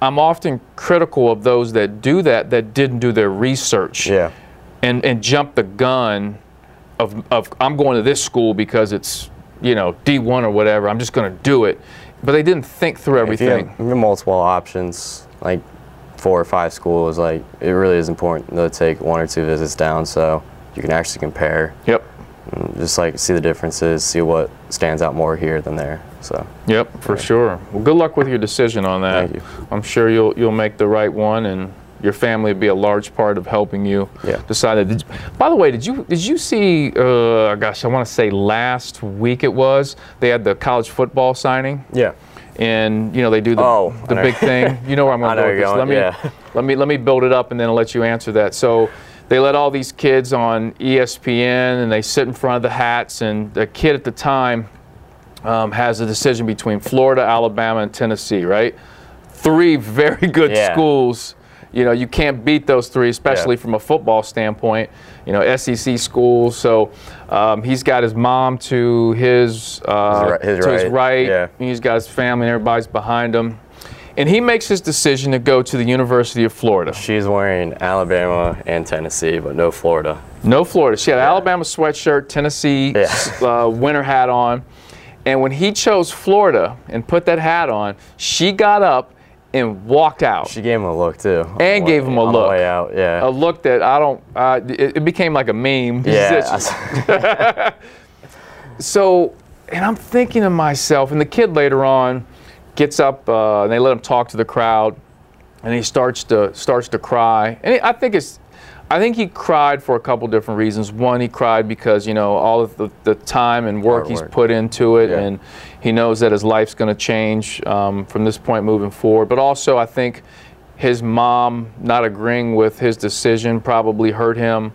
A: I'm often critical of those that do that that didn't do their research
B: yeah,
A: and and jump the gun of of I'm going to this school because it's you know D1 or whatever. I'm just going to do it, but they didn't think through
B: if you, have,
A: everything.
B: if you have multiple options, like four or five schools, like it really is important to take one or two visits down so you can actually compare,
A: Yep.
B: just like see the differences, see what stands out more here than there. So
A: Yep, for sure. Well, good luck with your decision on that.
B: Thank you.
A: I'm sure you'll you'll make the right one, and your family will be a large part of helping you
B: Yeah.
A: decide that. Did you- by the way, did you did you see? Uh, gosh, I want to say last week it was they had the college football signing,
B: yeah,
A: and you know they do the,
B: Oh,
A: the
B: I know.
A: big thing. You know where I'm
B: I
A: going to
B: know
A: go
B: where
A: with this.
B: you're
A: Let me
B: going, yeah.
A: let me let me build it up, and then I'll let you answer that. So. They let all these kids on E ESPN, and they sit in front of the hats. And the kid at the time, um, has a decision between Florida, Alabama, and Tennessee, right? Three very good
B: Yeah.
A: schools. You know, you can't beat those three, especially
B: Yeah.
A: from a football standpoint. You know, SEC schools. So um, he's got his mom to his, uh,
B: ri- his
A: to his
B: right,
A: right.
B: yeah.
A: And he's got his family, and everybody's behind him. And he makes his decision to go to the University of Florida.
B: she's wearing Alabama and Tennessee, but no Florida.
A: No Florida. She had an Alabama sweatshirt, Tennessee
B: Yeah.
A: uh, winter hat on. And when he chose Florida and put that hat on, she got up and walked out.
B: She gave him a look too. on the
A: And
B: way-
A: gave him a
B: on the
A: look.
B: way out, yeah.
A: a look that I don't, uh, it, it became like a meme.
B: yeah.
A: So, and I'm thinking to myself, and the kid later on gets up uh, and they let him talk to the crowd, and he starts to starts to cry. And I think it's, I think he cried for a couple different reasons. One, he cried because you know all of the, the time and work
B: Hard
A: he's
B: work.
A: put into it,
B: Yeah.
A: and he knows that his life's going to change um, from this point moving forward. But also, I think his mom not agreeing with his decision probably hurt him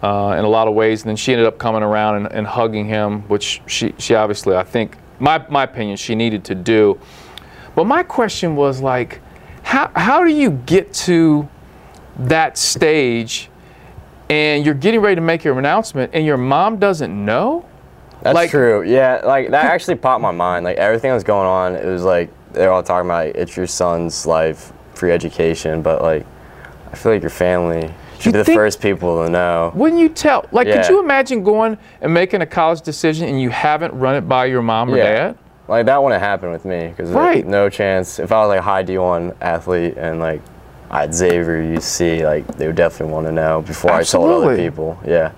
A: uh, in a lot of ways. And then she ended up coming around and, and hugging him, which she, she obviously, I think, my, my opinion, she needed to do. But my question was like, how, how do you get to that stage and you're getting ready to make your announcement and your mom doesn't know?
B: That's
A: Like-
B: true. Yeah, like that actually popped my mind. Like everything that was going on, it was like they're all talking about like, it's your son's life, free education, but like I feel like your family should
A: You
B: be the
A: think-
B: first people to know.
A: Wouldn't you tell? Like, could
B: Yeah.
A: you imagine going and making a college decision and you haven't run it by your mom or
B: Yeah.
A: dad?
B: Like that wouldn't happen with me because
A: Right.
B: no chance. If I was like a high D1 athlete and like I would Xavier UC, like they would definitely want to know before I told other
A: Absolutely.
B: people. Yeah,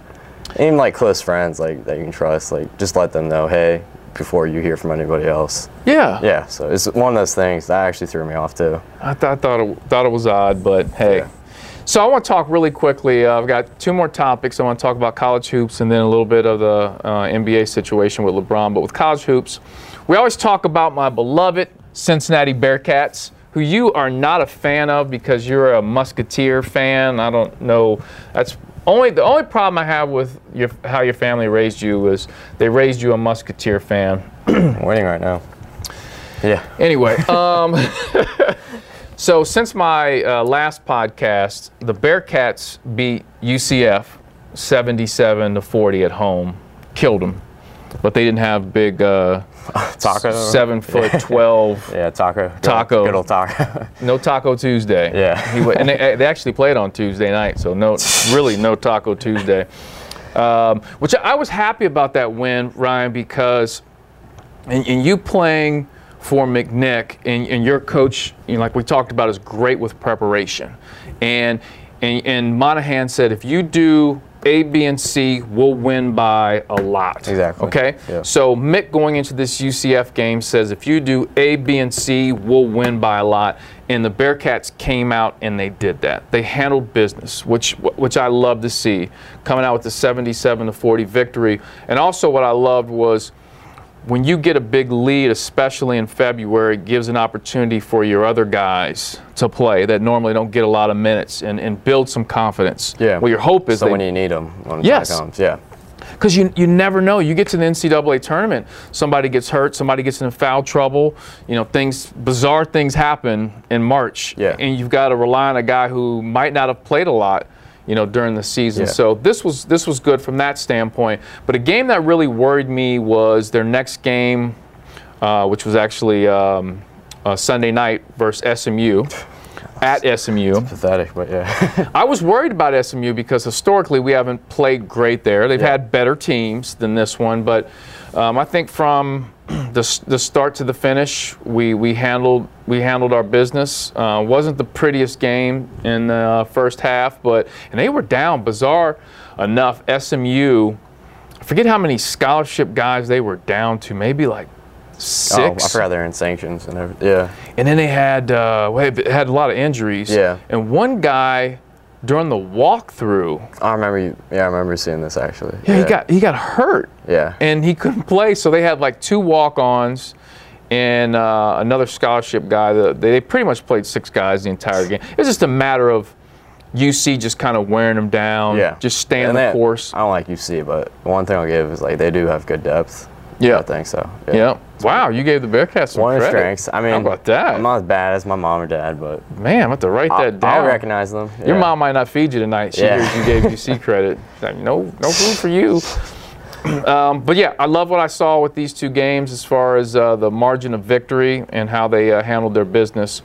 B: even like close friends, like that you can trust, like just let them know, hey, before you hear from anybody else.
A: Yeah.
B: Yeah, so it's one of those things that actually threw me off too.
A: I, th- I thought it, thought it was odd, but hey.
B: Yeah.
A: So I want to talk really quickly. Uh, I've got two more topics. I want to talk about college hoops and then a little bit of the uh, NBA situation with LeBron. But with college hoops, we always talk about my beloved Cincinnati Bearcats, who you are not a fan of because you're a Musketeer fan. I don't know. That's only the only problem I have with your, how your family raised you is they raised you a Musketeer fan.
B: I'm winning right now. Yeah,
A: Anyway, um, so since my uh, last podcast, the Bearcats beat UCF 77 to 40 at home, killed them, but they didn't have big uh,
B: taco.
A: seven foot 12.
B: Yeah, taco. Good-
A: Taco.
B: Good old taco.
A: No Taco Tuesday.
B: Yeah.
A: he wa- and they, they actually played on Tuesday night, so no, really no Taco Tuesday. Um, which I was happy about that win, Ryan, because and, and you playing for McNick and, and your coach, you know, like we talked about, is great with preparation. And, and and Monahan said if you do A, B, and C will win by a lot.
B: Exactly.
A: Okay?
B: Yeah.
A: So Mick going into this UCF game says if you do A, B, and C, we'll win by a lot. And the Bearcats came out and they did that. They handled business, which which I love to see, coming out with the 77 to 40 victory. And also what I loved was when you get a big lead, especially in February, it gives an opportunity for your other guys to play that normally don't get a lot of minutes and, and build some confidence.
B: Yeah.
A: Well, your hope is
B: So when
A: that
B: you need them, when the
A: Yes.
B: time comes, yeah.
A: because you you never know. You get to the NCAA tournament, somebody gets hurt, somebody gets in foul trouble. You know, things bizarre things happen in March,
B: Yeah.
A: and you've got to rely on a guy who might not have played a lot. You know, during the season.
B: Yeah.
A: So this was this was good from that standpoint. But a game that really worried me was their next game, uh, which was actually um, uh, Sunday night versus SMU. At SMU,
B: Pathetic, but yeah.
A: I was worried about SMU because historically we haven't played great there. They've had better teams than this one, but um, I think from the, s- the start to the finish, we, we handled we handled our business. Uh, wasn't the prettiest game in the uh, first half, but and they were down. Bizarre enough, SMU. I forget how many scholarship guys they were down to. Maybe like
B: oh, I
A: six.
B: forgot they're in sanctions and everything. Yeah.
A: And then they had uh, well, they had a lot of injuries.
B: Yeah.
A: And one guy during the walkthrough,
B: I remember. You, yeah, I remember seeing this actually.
A: yeah, he got he got hurt,
B: Yeah.
A: and he couldn't play. So they had like two walk-ons and uh, another scholarship guy. The- They pretty much played six guys the entire game. It was just a matter of UC just kind of wearing them down.
B: yeah.
A: Just staying
B: And
A: the
B: they-
A: course.
B: I don't like UC, but one thing I'll give is like they do have good depth.
A: Yeah.
B: I think so.
A: Yeah. Wow, you gave the Bearcats some
B: One of
A: credit.
B: their strengths. I mean,
A: How about that?
B: I'm not as bad as my mom or dad, but
A: Man, I'm about to write that
B: I,
A: down.
B: will recognize them.
A: Your
B: yeah.
A: mom might not feed you tonight. She
B: Yeah.
A: hears you gave UC credit. Like, no, no food for you. Um, but yeah, I love what I saw with these two games as far as uh, the margin of victory and how they uh, handled their business.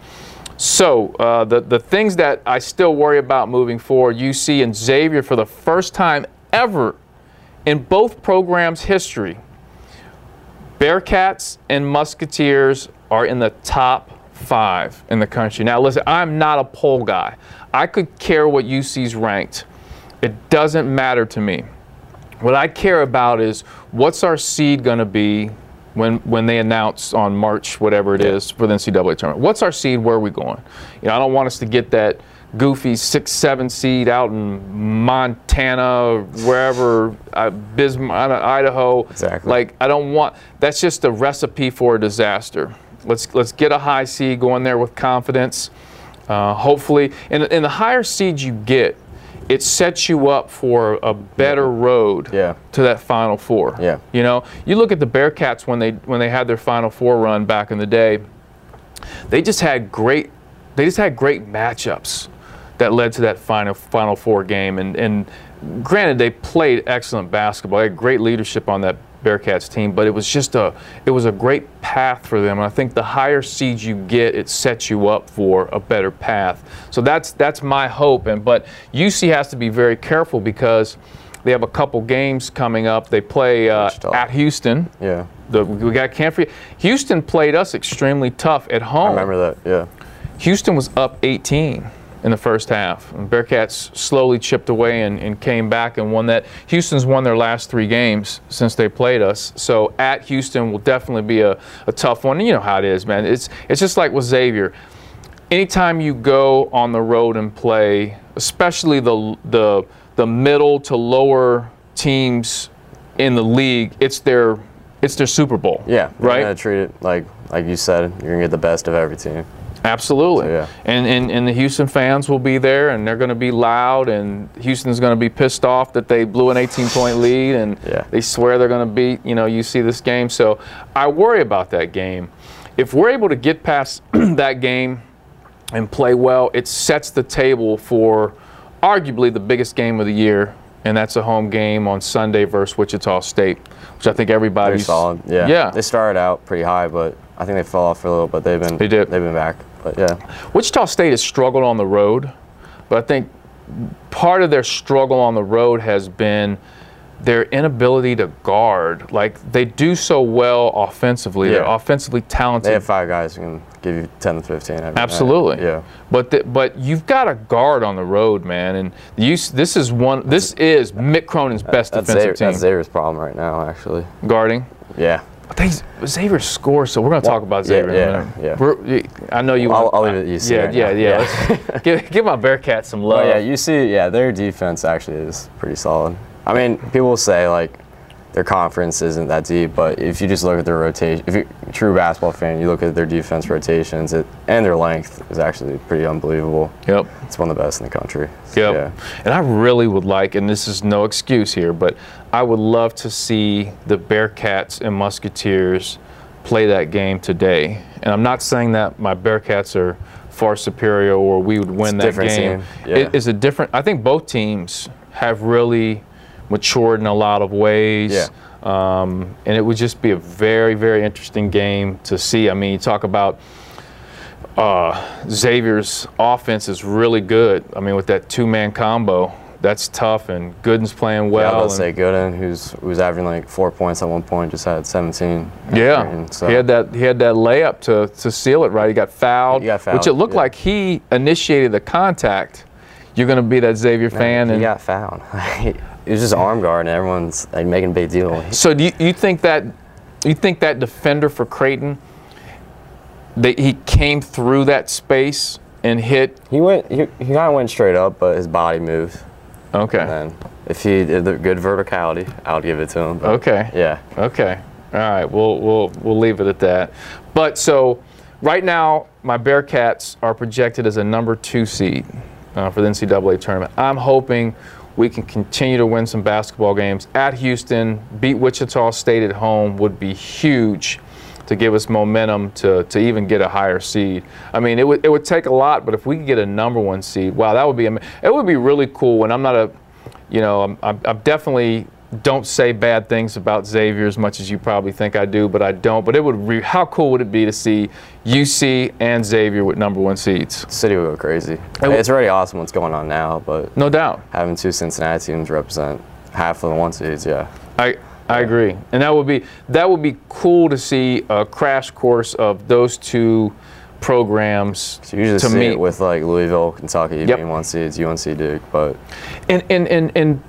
A: So uh, the the things that I still worry about moving forward, UC and Xavier for the first time ever in both programs' history, Bearcats and Musketeers are in the top five in the country. Now, listen, I'm not a poll guy. I could care what UC's ranked. It doesn't matter to me. What I care about is what's our seed going to be when when they announce on March whatever it is for the NCAA tournament. What's our seed? Where are we going? You know, I don't want us to get that goofy six seven seed out in Montana, wherever, uh, Bismarck, Idaho.
B: Exactly.
A: Like I don't want. That's just a recipe for a disaster. Let's let's get a high seed, go in there with confidence. Uh, hopefully, and, and the higher seed you get, it sets you up for a better road
B: Yeah.
A: to that Final Four.
B: Yeah.
A: You know, you look at the Bearcats when they when they had their Final Four run back in the day. They just had great, they just had great matchups that led to that Final Final Four game. And and granted, they played excellent basketball. They had great leadership on that Bearcats team, but it was just a it was a great path for them. And I think the higher seeds you get, it sets you up for a better path. So that's that's my hope. And but UC has to be very careful because. They have a couple games coming up. They play uh,
B: Wichita.
A: at Houston.
B: Yeah.
A: The, we got can't forget. Houston played us extremely tough at
B: I
A: home.
B: remember that. Yeah.
A: Houston was up 18 in the first half. And Bearcats slowly chipped away and, and came back and won that. Houston's won their last three games since they played us. So at Houston will definitely be a, a tough one. And you know how it is, man. It's it's just like with Xavier. Anytime you go on the road and play, especially the the the middle to lower teams in the league, it's their it's their Super Bowl.
B: Yeah. They're
A: Right.
B: gonna treat it like like you said. You're gonna get the best of every team.
A: Absolutely.
B: So, yeah.
A: and, and and the Houston fans will be there, and they're going to be loud, and Houston's going to be pissed off that they blew an 18-point lead, and
B: Yeah.
A: they swear they're going to beat you know you see this game. So I worry about that game. If we're able to get past that game and play well, it sets the table for arguably the biggest game of the year, and that's a home game on Sunday versus Wichita State, which I think
B: They're
A: everybody's
B: solid. Yeah.
A: Yeah.
B: They started out pretty high, but I think they fell off for a little. But they've been
A: They did.
B: They've been back. But yeah.
A: Wichita State has struggled on the road, but I think part of their struggle on the road has been their inability to guard. Like they do so well offensively. They're
B: Yeah.
A: offensively
B: They
A: talented.
B: have five guys who can give you 10 to 15. every night.
A: Absolutely.
B: Yeah.
A: But th- but you've got a guard on the road, man, and you, s- this is one. This is Mick Cronin's best
B: That's, Xavier,
A: defensive team
B: that's Xavier's problem right now, actually.
A: guarding.
B: Yeah.
A: But they, Xavier scores, so we're going to talk about
B: yeah,
A: Xavier. in a
B: yeah,
A: minute.
B: yeah.
A: We're, I know you.
B: I'll,
A: wanna-
B: I'll leave it to you. see
A: yeah,
B: right
A: yeah,
B: now.
A: yeah, Let's give, give my Bearcats some love.
B: But Oh, yeah, you see, yeah, their defense actually is pretty solid. I mean, people say like their conference isn't that deep, but if you just look at their rotation, if you're a true basketball fan, you look at their defense rotations it, and their length is actually pretty unbelievable.
A: Yep.
B: It's one of the best in the country. So,
A: Yep. And I really would like, and this is no excuse here, but I would love to see the Bearcats and Musketeers play that game today. And I'm not saying that my Bearcats are far superior or we would win
B: a
A: that
B: different
A: game.
B: team, yeah.
A: It is a different. I think both teams have really matured in a lot of ways.
B: Yeah.
A: Um, and it would just be a very, very interesting game to see. I mean, you talk about Uh, Xavier's offense is really good. I mean, with that two-man combo, that's tough, and Gooden's playing
B: Yeah, I
A: well.
B: was
A: and-
B: about to say Gooden, who's who's averaging like four points at one point, just had 17.
A: yeah,
B: And so-
A: he had that he had that layup to to seal it right. He got fouled,
B: He got
A: which
B: fouled,
A: it looked
B: yeah.
A: like he initiated the contact. You're going to be that Xavier fan,
B: he
A: and
B: got fouled. it was just arm guard, and everyone's like making a big deal.
A: so do you, you think that you think that defender for Creighton that he came through that space and hit?
B: He went, he, he kind of went straight up, but his body moved.
A: Okay,
B: And if he did the good verticality, I would give it to him. but-
A: okay,
B: Yeah.
A: Okay. All right. We'll we'll we'll leave it at that. But so right now, my Bearcats are projected as a number two seed uh, for the NCAA tournament. I'm hoping we can continue to win some basketball games at Houston. Beat Wichita State at home would be huge to give us momentum to, to even get a higher seed. I mean, it would it would take a lot, but if we could get a number one seed, wow, that would be ama- it would be really cool. And I'm not a, you know, I'm, I'm, I'm definitely don't say bad things about Xavier as much as you probably think I do, but I don't. But it would re- how cool would it be to see UC and Xavier with number one seeds?
B: The city would go crazy.
A: w-
B: it's already awesome what's going on now, but
A: No doubt.
B: having two Cincinnati teams represent half of the one seeds, yeah.
A: I I agree, and that would be that would be cool to see a crash course of those two programs
B: So you usually
A: to
B: see
A: meet
B: it with like Louisville, Kentucky
A: Yep.
B: being one seeds, UNC Duke, but
A: And and and and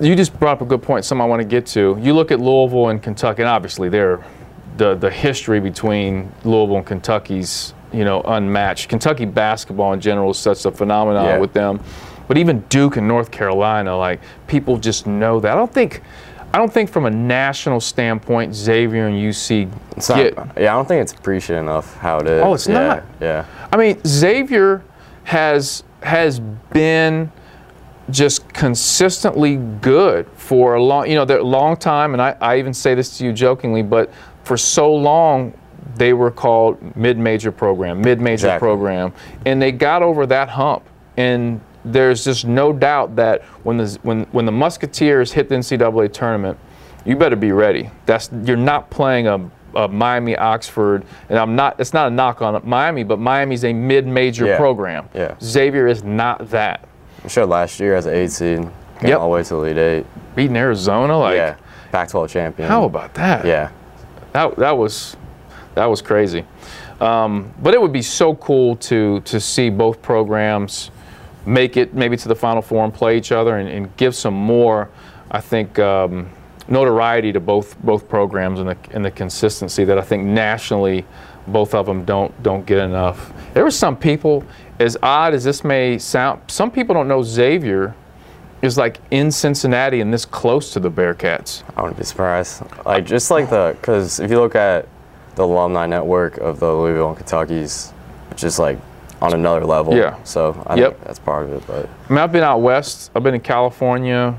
A: you just brought up a good point. Something I want to get to. You look at Louisville and Kentucky, and obviously they're the the history between Louisville and Kentucky's you know unmatched. Kentucky basketball in general is such a phenomenon
B: Yeah.
A: with them, but even Duke and North Carolina, like people just know that. I don't think. I don't think from a national standpoint, Xavier and UC
B: it's not,
A: get.
B: yeah. I don't think it's appreciated enough how it is.
A: Oh, it's
B: yeah,
A: not.
B: Yeah.
A: I mean, Xavier has has been just consistently good for a long, you know, their long time. And I, I even say this to you jokingly, but for so long they were called mid-major program, mid-major
B: Exactly.
A: program, and they got over that hump. And there's just no doubt that when the when when the Musketeers hit the NCAA tournament, you better be ready. That's you're not playing a, a Miami Oxford, and I'm not. It's not a knock on Miami, but Miami's a mid-major
B: Yeah.
A: program.
B: Yeah.
A: Xavier is not that.
B: We showed last year as an eight seed, came
A: Yep.
B: all the way to the lead eight.
A: Beating Arizona, like
B: yeah. Pac 12 champion.
A: how about that?
B: Yeah.
A: that that was that was crazy. Um, but it would be so cool to to see both programs make it maybe to the final four and play each other and, and give some more, I think, um, notoriety to both both programs and the and the consistency that I think nationally both of them don't don't get enough. There were some people, as odd as this may sound, some people don't know Xavier is like in Cincinnati and this close to the Bearcats.
B: I wouldn't be surprised. Like just like the, because if you look at the alumni network of the Louisville and Kentucky's, it's just like on another level.
A: Yeah.
B: So I
A: Yep.
B: think that's part of it. But
A: I mean, I've been out west. I've been in California,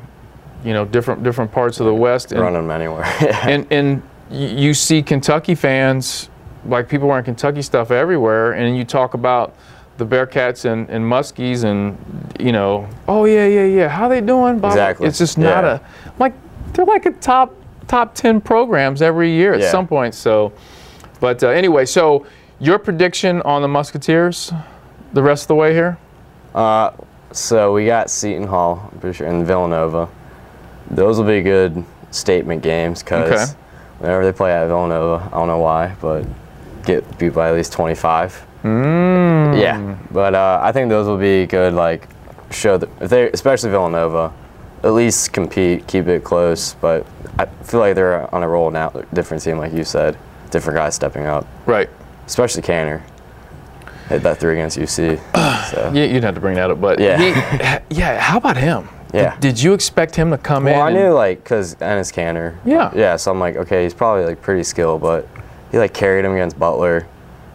A: you know, different different parts of the West, and
B: running them anywhere. yeah.
A: and, and y- you see Kentucky fans, like people wearing Kentucky stuff everywhere, and you talk about the Bearcats and, and Muskies, and you know, oh yeah, yeah, yeah, how they doing? Bobby?
B: Exactly.
A: It's just not
B: Yeah.
A: a like they're like a top top ten programs every year at
B: Yeah.
A: some point. So, but uh, anyway, so your prediction on the Musketeers, the rest of the way here.
B: So we got Seton Hall, I'm pretty sure, and Villanova. those will be good statement games because
A: Okay.
B: whenever they play at Villanova, I don't know why, but get beat by at least 25. Mm. Yeah, but uh, I think those will be good. Like show that if they, especially Villanova, at least compete, keep it close. But I feel like they're on a roll now. Different team, like you said, different guys stepping up,
A: Right.
B: especially Canner. Hit that three against UC. So.
A: Yeah, you'd have to bring that up, but
B: Yeah.
A: he- yeah. How about him?
B: Yeah.
A: Did, did you expect him to come
B: Well, I
A: in?
B: knew
A: and-
B: like because Ennis Canner.
A: Yeah.
B: Yeah. So I'm like, okay, he's probably like pretty skilled, but he like carried him against Butler.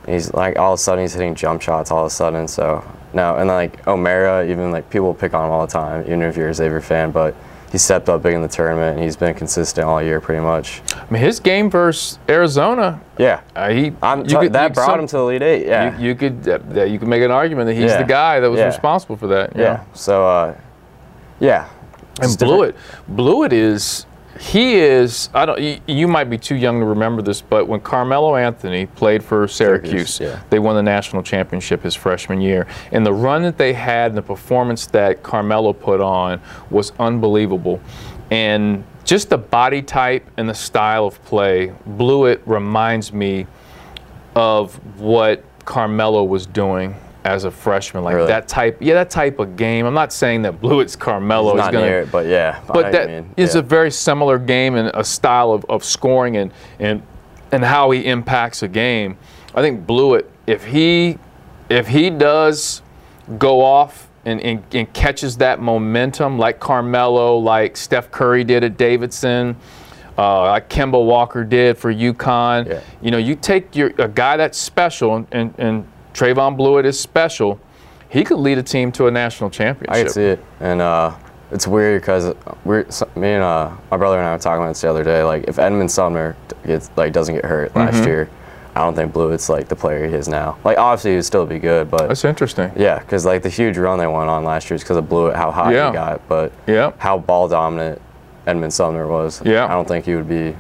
B: He's like all of a sudden he's hitting jump shots all of a sudden. So no, and like O'Mara, even like people pick on him all the time, even if you're a Xavier fan, but he stepped up big in the tournament and he's been consistent all year pretty much.
A: I mean, his game versus Arizona,
B: Yeah.
A: uh, he
B: I'm
A: you could-
B: that
A: you-
B: brought
A: some-
B: him to the lead eight. Yeah.
A: You, you could uh, yeah, you could make an argument that he's
B: Yeah.
A: the guy that was
B: Yeah.
A: responsible for that. you
B: yeah.
A: know?
B: So uh, yeah.
A: and blew it. Blew it is he is. I don't. You, you might be too young to remember this, but when Carmelo Anthony played for Syracuse,
B: Syracuse, yeah.
A: they won the national championship his freshman year, and the run that they had and the performance that Carmelo put on was unbelievable, and just the body type and the style of play. Blew it reminds me of what Carmelo was doing. As a freshman, like
B: Really?
A: that type, yeah, that type of game. I'm not saying that Blewett's Carmelo is
B: Not
A: going to
B: near it, but yeah. I know
A: but
B: what you
A: that is
B: mean. yeah.
A: a very similar game and a style of, of scoring and, and and how he impacts a game. I think Blewett, if he if he does go off and, and, and catches that momentum like Carmelo, like Steph Curry did at Davidson, uh, like Kemba Walker did for UConn.
B: Yeah.
A: You know, you take your a guy that's special and, and, and Trayvon Blewett is special. He could lead a team to a national championship.
B: I can see it, and uh, it's weird because we're so- me and uh, my brother and I were talking about this the other day. Like, if Edmund Sumner d- gets like doesn't get hurt
A: Mm-hmm.
B: last year, I don't think Blewett's like the player he is now. Like, obviously he'd still be good, but
A: That's interesting.
B: yeah, because like the huge run they went on last year is because of Blewett, how hot
A: Yeah.
B: he got, but
A: Yeah.
B: how ball dominant Edmund Sumner was.
A: Yeah.
B: I don't think he would be.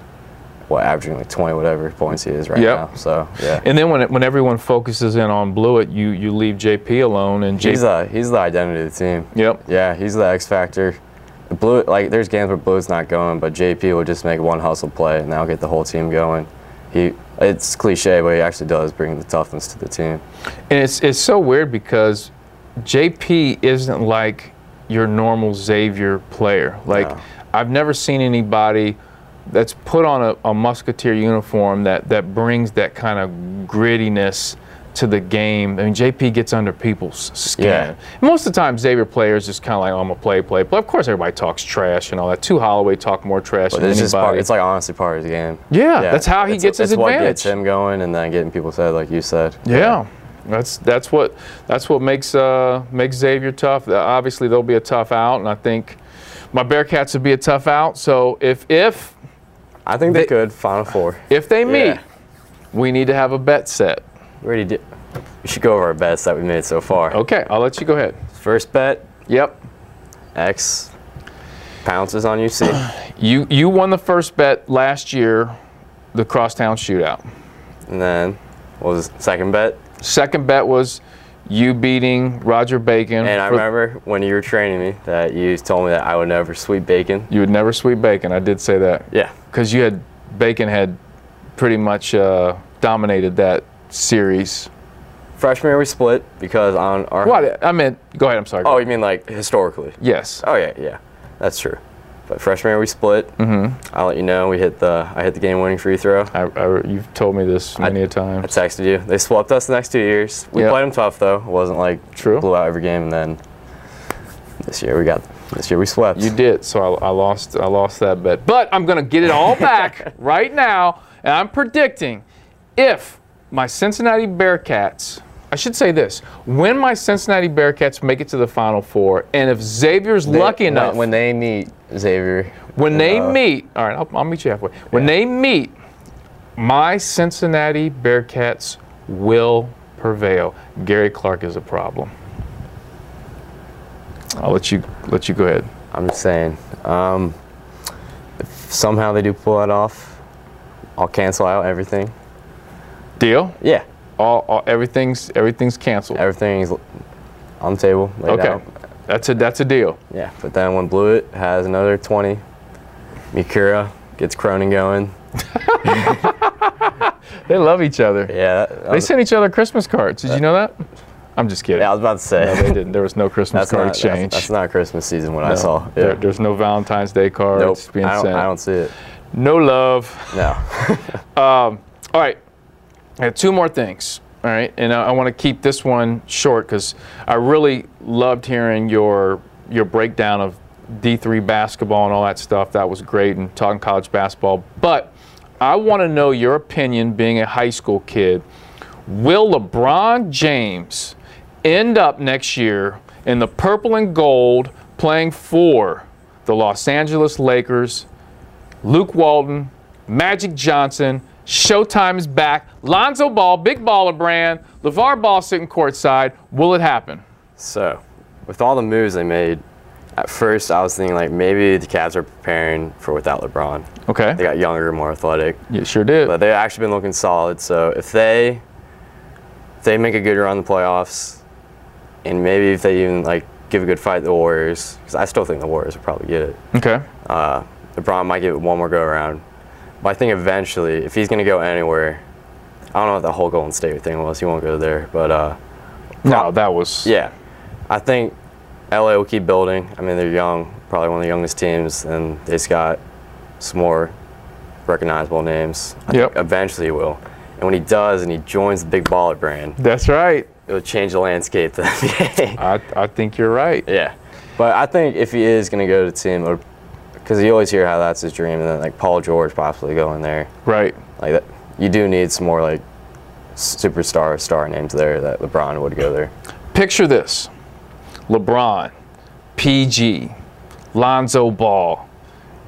B: What averaging like twenty whatever points he is right
A: Yep.
B: now. So yeah,
A: And then when, it, when everyone focuses in on Blewett, you, you leave JP alone and JP.
B: he's the he's the identity of the team.
A: yep.
B: Yeah, he's the X factor. Blue, like there's games where Blue's not going, but JP will just make one hustle play and that'll get the whole team going. He, it's cliche, but he actually does bring the toughness to the team.
A: And it's, it's so weird because JP isn't like your normal Xavier player. Like,
B: No.
A: I've never seen anybody that's put on a, a Musketeer uniform that, that brings that kind of grittiness to the game. I mean, JP gets under people's skin.
B: Yeah.
A: Most of the time, Xavier players just kind of like, oh, I'm a play, play. But of course, everybody talks trash and all that. Too Holloway talk more trash
B: But
A: than
B: it's
A: anybody.
B: just part, it's like honestly part of the game.
A: Yeah, that's how he
B: it's-
A: gets his
B: it's what
A: advantage.
B: gets him going and then getting people said, like you said.
A: Yeah, that's that's what that's what makes uh, makes Xavier tough. Uh, Obviously, they'll be a tough out, and I think my Bearcats would be a tough out. So if if
B: I think they,
A: They-
B: could final four.
A: if they meet,
B: Yeah.
A: we need to have a bet set.
B: We already did. We should go over our bets that we made so far.
A: Okay, I'll let you go ahead.
B: First bet,
A: Yep,
B: X pounces on UC,
A: you you won the first bet last year, the crosstown shootout.
B: and then what was the second bet?
A: Second bet was you beating Roger Bacon.
B: And I
A: for-
B: remember when you were training me that you told me that I would never sweep bacon.
A: you would never sweep Bacon. I did say that.
B: Yeah.
A: because you had Bacon had pretty much uh, dominated that series.
B: Freshman year we split because on our.
A: What I meant? Go ahead. I'm sorry.
B: Oh, you mean like historically?
A: yes.
B: Oh yeah, yeah, that's true. But freshman year we split. Mm-hmm. I'll let you know. We hit the I hit the game-winning free throw.
A: I, I- you've told me this many a
B: I
A: time.
B: texted you. They swept us the next two years. We
A: Yeah.
B: played them tough though. It wasn't like
A: True.
B: blew out every game. And then this year we got this year we swept.
A: You did. So I, I lost. I lost that bet. But I'm gonna get it all back right now, and I'm predicting if my Cincinnati Bearcats. I should say this: when my Cincinnati Bearcats make it to the Final Four, and if Xavier's
B: They-
A: lucky
B: when-
A: enough
B: when, they meet Xavier.
A: When they
B: Uh,
A: meet, all right, I'll, I'll meet you halfway. When they meet, my Cincinnati Bearcats will prevail. Gary Clark is a problem. I'll let you let you go ahead.
B: I'm just saying. Um, if somehow they do pull that off, I'll cancel out everything.
A: Deal?
B: Yeah,
A: All, all everything's everything's canceled.
B: everything's on the table. Laid
A: Okay,
B: Out.
A: that's a that's a deal.
B: Yeah, but then when Blewett has another 20, Mikura gets Cronin going.
A: They love each other.
B: Yeah, that-
A: They sent each other Christmas cards. Did you know that? I'm just kidding.
B: yeah, I was about to say.
A: No, they didn't. There was no Christmas
B: that's
A: card
B: not
A: exchange.
B: That's, that's not Christmas season when I
A: No.
B: saw.
A: There-
B: Yeah.
A: there's no Valentine's Day cards
B: Nope.
A: being
B: I don't,
A: sent.
B: I don't see it.
A: No love.
B: No.
A: All right. I got two more things. All right. And I, I want to keep this one short because I really loved hearing your your breakdown of D3 basketball and all that stuff. That was great and talking college basketball. But I want to know your opinion being a high school kid. Will LeBron James end up next year in the purple and gold playing for the Los Angeles Lakers, Luke Walton, Magic Johnson, Showtime is back, Lonzo Ball, Big Baller Brand, LeVar Ball sitting courtside. Will it happen?
B: So, with all the moves they made, at first I was thinking like maybe the Cavs are preparing for without LeBron.
A: Okay.
B: They got younger, more athletic,
A: You sure did.
B: but they've actually been looking solid. So if they if they make a good run in the playoffs, and maybe if they even like give a good fight to the Warriors, because I still think the Warriors will probably get it.
A: Okay.
B: Uh, LeBron might give it one more go around, but I think eventually if he's gonna go anywhere, I don't know what the whole Golden State thing was. He won't go there, but. Uh,
A: No, that was.
B: yeah, I think LA will keep building. I mean, they're young, probably one of the youngest teams, and they've got some more recognizable names. I
A: Yep.
B: think eventually he will. And when he does, and he joins the Big Baller brand,
A: That's right.
B: it'll change the landscape. To the NBA.
A: I, I think you're right.
B: yeah, but I think if he is going to go to the team, because you always hear how that's his dream, and then like Paul George possibly going there,
A: Right.
B: like that, you do need some more like superstar star names there that LeBron would go there.
A: Picture this LeBron, PG, Lonzo Ball,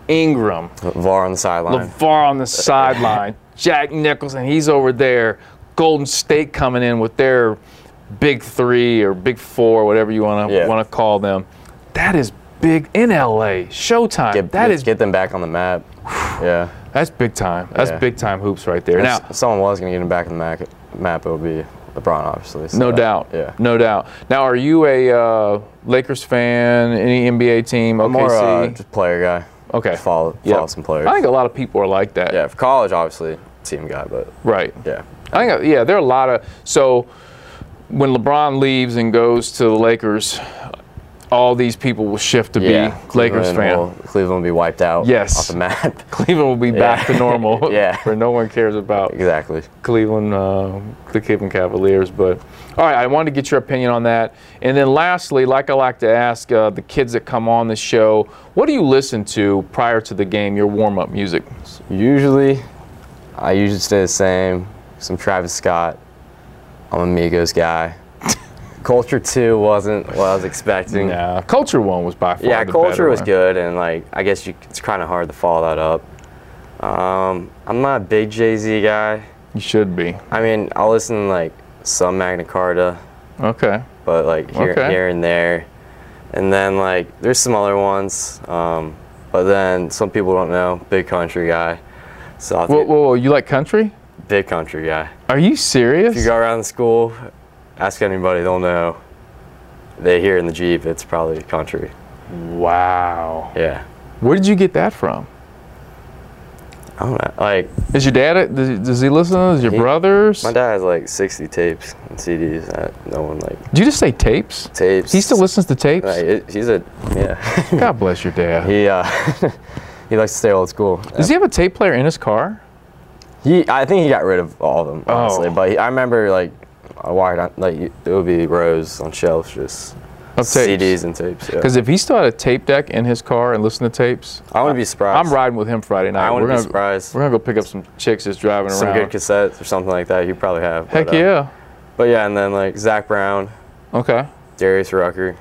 A: Ingram,
B: VAR on the sideline.
A: LeVar on the sideline, Jack Nicholson, he's over there. Golden State coming in with their big three or big four, whatever you wanna
B: Yeah.
A: wanna call them. That is big in LA. Showtime.
B: get,
A: that
B: get-
A: is
B: get them back on the map. yeah.
A: that's big time. That's
B: Yeah.
A: big time hoops right there. Now
B: if someone was gonna get them back on the map, map it would be LeBron, obviously. so
A: no
B: that-
A: doubt.
B: Yeah.
A: No doubt. Now are you a uh, Lakers fan, any NBA team, OKC?
B: More uh, just player guy.
A: okay.
B: Follow,
A: Yeah.
B: follow some players.
A: I think a lot of people are like that.
B: yeah. For college, obviously, team guy, but
A: Right.
B: yeah.
A: I think, uh, yeah, there are a lot of. So when LeBron leaves and goes to the Lakers, all these people will shift to
B: yeah.
A: be Lakers
B: Cleveland
A: fan.
B: Will, Cleveland will be wiped out.
A: Yes.
B: Off the map.
A: Cleveland will be back to normal,
B: Yeah.
A: where no one cares about
B: exactly.
A: Cleveland, uh, the Cleveland Cavaliers. But all right, I wanted to get your opinion on that. And then lastly, like I like to ask uh, the kids that come on the show, what do you listen to prior to the game? Your warm-up music.
B: Usually, I usually stay the same. Some Travis Scott. I'm a Migos guy. Culture two wasn't what I was expecting.
A: Nah, culture one was by far.
B: Mm. Yeah,
A: the
B: culture
A: better
B: was
A: one.
B: good, and like I guess you, it's kind of hard to follow that up. Um, I'm not a big Jay Z guy.
A: You should be.
B: I mean, I'll listen to, like some Magna Carta,
A: Okay.
B: but like here,
A: Okay.
B: here and there, and then like there's some other ones. Um, but then some people don't know big country guy, so I
A: Whoa,
B: think
A: whoa, whoa, you like country?
B: big country guy.
A: Are you serious?
B: If you go around the school, ask anybody, they'll know. They hear in the jeep, it's probably country.
A: wow.
B: Yeah,
A: Where did you get that from?
B: I don't know. Like
A: Is your dad? a- Does, does he listen? to this? Is your
B: He-
A: brothers?
B: My dad has like 60 tapes and CDs that no one like
A: Do you just say tapes?
B: tapes.
A: He still listens to tapes.
B: Like, it, he's a yeah.
A: God bless your dad.
B: he uh, he likes to stay old school.
A: does he have a tape player in his car?
B: He I think he got rid of all of them honestly,
A: Oh.
B: but he, I remember like I wired on like it would be rows on shelves just
A: Of tapes.
B: CDs and tapes. Yeah.
A: Because if he still had a tape deck in his car and listened to tapes,
B: I wouldn't be surprised.
A: I'm riding with him Friday night.
B: I
A: we're
B: wouldn't be
A: gonna
B: surprised.
A: we're gonna go pick up some chicks just driving
B: Some good
A: around.
B: cassettes or something like that. You probably have.
A: Heck
B: but, uh,
A: yeah.
B: But yeah, and then like Zach Brown,
A: Okay.
B: Darius Rucker,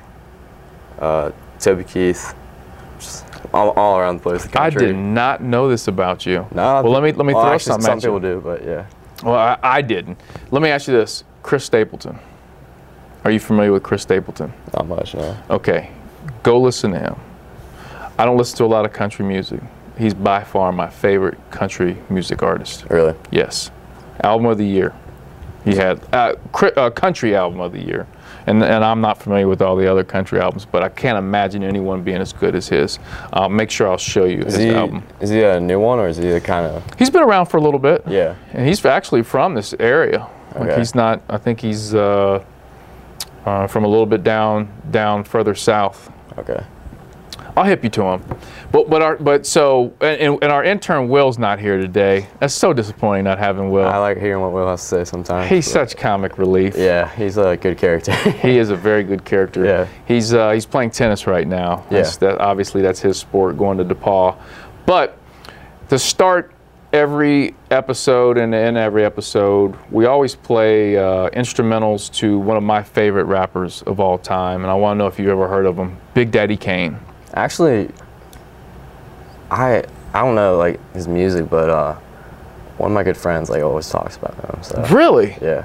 B: uh, Toby Keith, just all, all around the place. The
A: I
B: country.
A: did not know this about you.
B: No.
A: Well, let me let me
B: well,
A: throw
B: actually,
A: something
B: Some
A: at you.
B: people do, but yeah.
A: Well, I, I didn't. Let me ask you this: Chris Stapleton. Are you familiar with Chris Stapleton?
B: Not much, no.
A: Okay, go listen to him. I don't listen to a lot of country music. He's by far my favorite country music artist.
B: Really?
A: Yes, album of the year, He had uh, cri- uh, country album of the year, and and I'm not familiar with all the other country albums, but I can't imagine anyone being as good as his. I'll make sure I'll show you his
B: Is he,
A: album.
B: is he a new one or is he a kind of
A: He's been around for a little bit.
B: yeah?
A: and he's actually from this area. Like
B: Okay.
A: he's not. I think he's uh, uh, from a little bit down, down further south.
B: Okay.
A: I'll hip you to him. But but our but so and, and- and our intern Will's not here today. That's so disappointing not having Will.
B: I like hearing what Will has to say sometimes.
A: he's
B: but-
A: such comic relief.
B: yeah, he's a good character.
A: He is a very good character.
B: Yeah.
A: He's uh, he's playing tennis right now.
B: Yeah.
A: That's- that, obviously that's his sport going to DePaul. But to start every episode and in every episode, we always play uh, instrumentals to one of my favorite rappers of all time, and I want to know if you've ever heard of him, Big Daddy Kane.
B: Actually, I I don't know like his music, but uh, one of my good friends like always talks about him. So
A: Really?
B: yeah,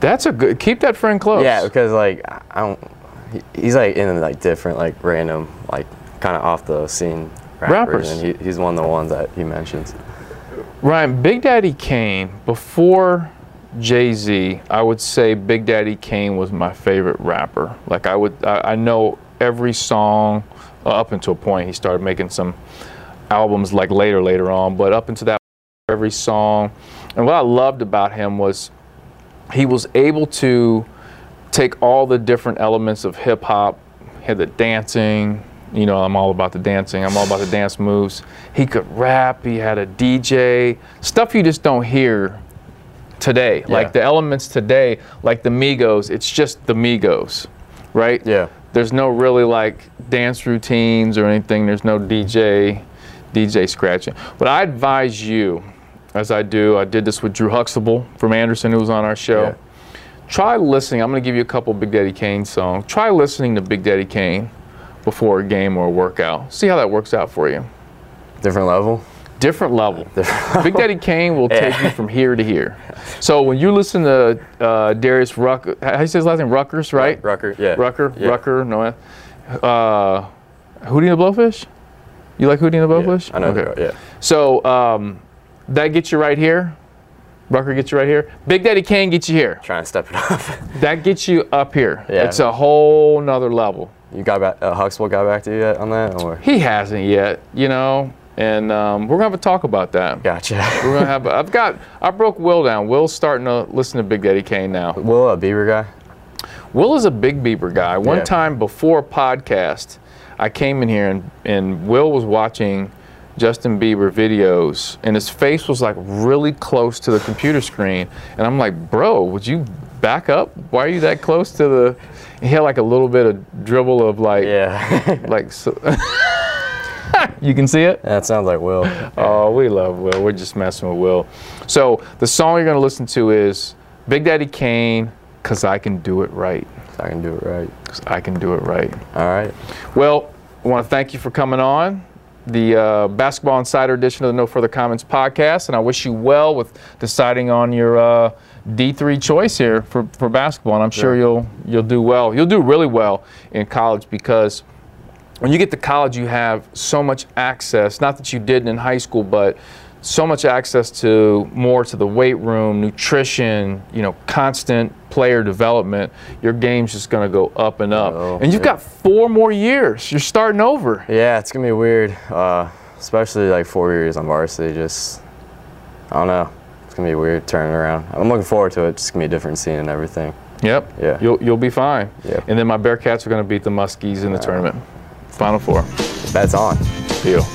A: That's a good. Keep that friend close.
B: yeah, because like I I don't, he- he's like in like different like random like kind of off the scene rappers,
A: Rappers.
B: and he, he's one of the ones that he mentions.
A: Ryan, Big Daddy Kane, before Jay Z, I would say Big Daddy Kane was my favorite rapper. Like, I would, I, I know every song uh, up until a point. He started making some albums like later, later on, but up until that, every song. And what I loved about him was he was able to take all the different elements of hip hop, had the dancing. You know, I'm all about the dancing. I'm all about the dance moves. He could rap. He had a DJ. Stuff you just don't hear today.
B: Yeah.
A: Like the elements today, like the Migos. It's just the Migos, right?
B: Yeah,
A: There's no really like dance routines or anything. There's no DJ, DJ scratching. What I advise you, as I do, I did this with Drew Huxtable from Anderson, who was on our show.
B: Yeah.
A: Try listening. I'm going to give you a couple Big Daddy Kane songs. Try listening to Big Daddy Kane before a game or a workout. See how that works out for you.
B: different level.
A: Different level. Big Daddy Kane will take you from here to here. So when you listen to uh, Darius Ruck, how you say his last name? Ruckers, right?
B: Rucker. Yeah.
A: Rucker,
B: Yeah.
A: Rucker, no. eh. Uh, Hootie and the Blowfish? You like Hootie and the
B: Yeah,
A: Blowfish?
B: I know.
A: Okay.
B: Yeah.
A: So um, that gets you right here. Rucker gets you right here. Big Daddy Kane gets you here.
B: Trying to step it up.
A: That gets you up here.
B: Yeah.
A: It's a whole nother level.
B: you got back. Uh, Huxwell got back to you yet on that, or
A: He hasn't yet, you know, and um, we're gonna have a talk about that.
B: gotcha.
A: We're gonna have. I've got. I broke Will down. Will's starting to listen to Big Daddy Kane now.
B: Will a Bieber guy?
A: Will is a big Bieber guy. One
B: Yeah.
A: time before a podcast, I came in here and, and Will was watching Justin Bieber videos, and his face was like really close to the computer screen. And I'm like, bro, would you back up? Why are you that close to the? He had like a little bit of dribble of like,
B: Yeah.
A: like. So, you can see it.
B: that sounds like Will.
A: Oh, we love Will. We're just messing with Will. So the song you're gonna listen to is Big Daddy Kane, "Cause I Can Do It Right."
B: I can do it right.
A: 'Cause I can do it right.
B: All right.
A: Well, I want to thank you for coming on the uh, Basketball Insider edition of the No Further Comments podcast, and I wish you well with deciding on your uh, D3 choice here for, for basketball. And I'm sure you'll you'll do well. You'll do really well in college because when you get to college, you have so much access. Not that you didn't in high school, but so much access to more to the weight room, nutrition, you know, constant player development. Your game's just going to go up and up.
B: Oh,
A: and you've
B: yeah.
A: got four more years. You're starting over.
B: Yeah, it's gonna be weird, uh, especially like four years on varsity. Just I don't know. It's gonna be a weird turning around. I'm looking forward to it. It's gonna be a different scene and everything.
A: Yep.
B: Yeah.
A: You'll you'll be fine.
B: Yeah.
A: And then my Bearcats are going to beat the Muskies in the tournament. Final four.
B: That's on.
A: Deal.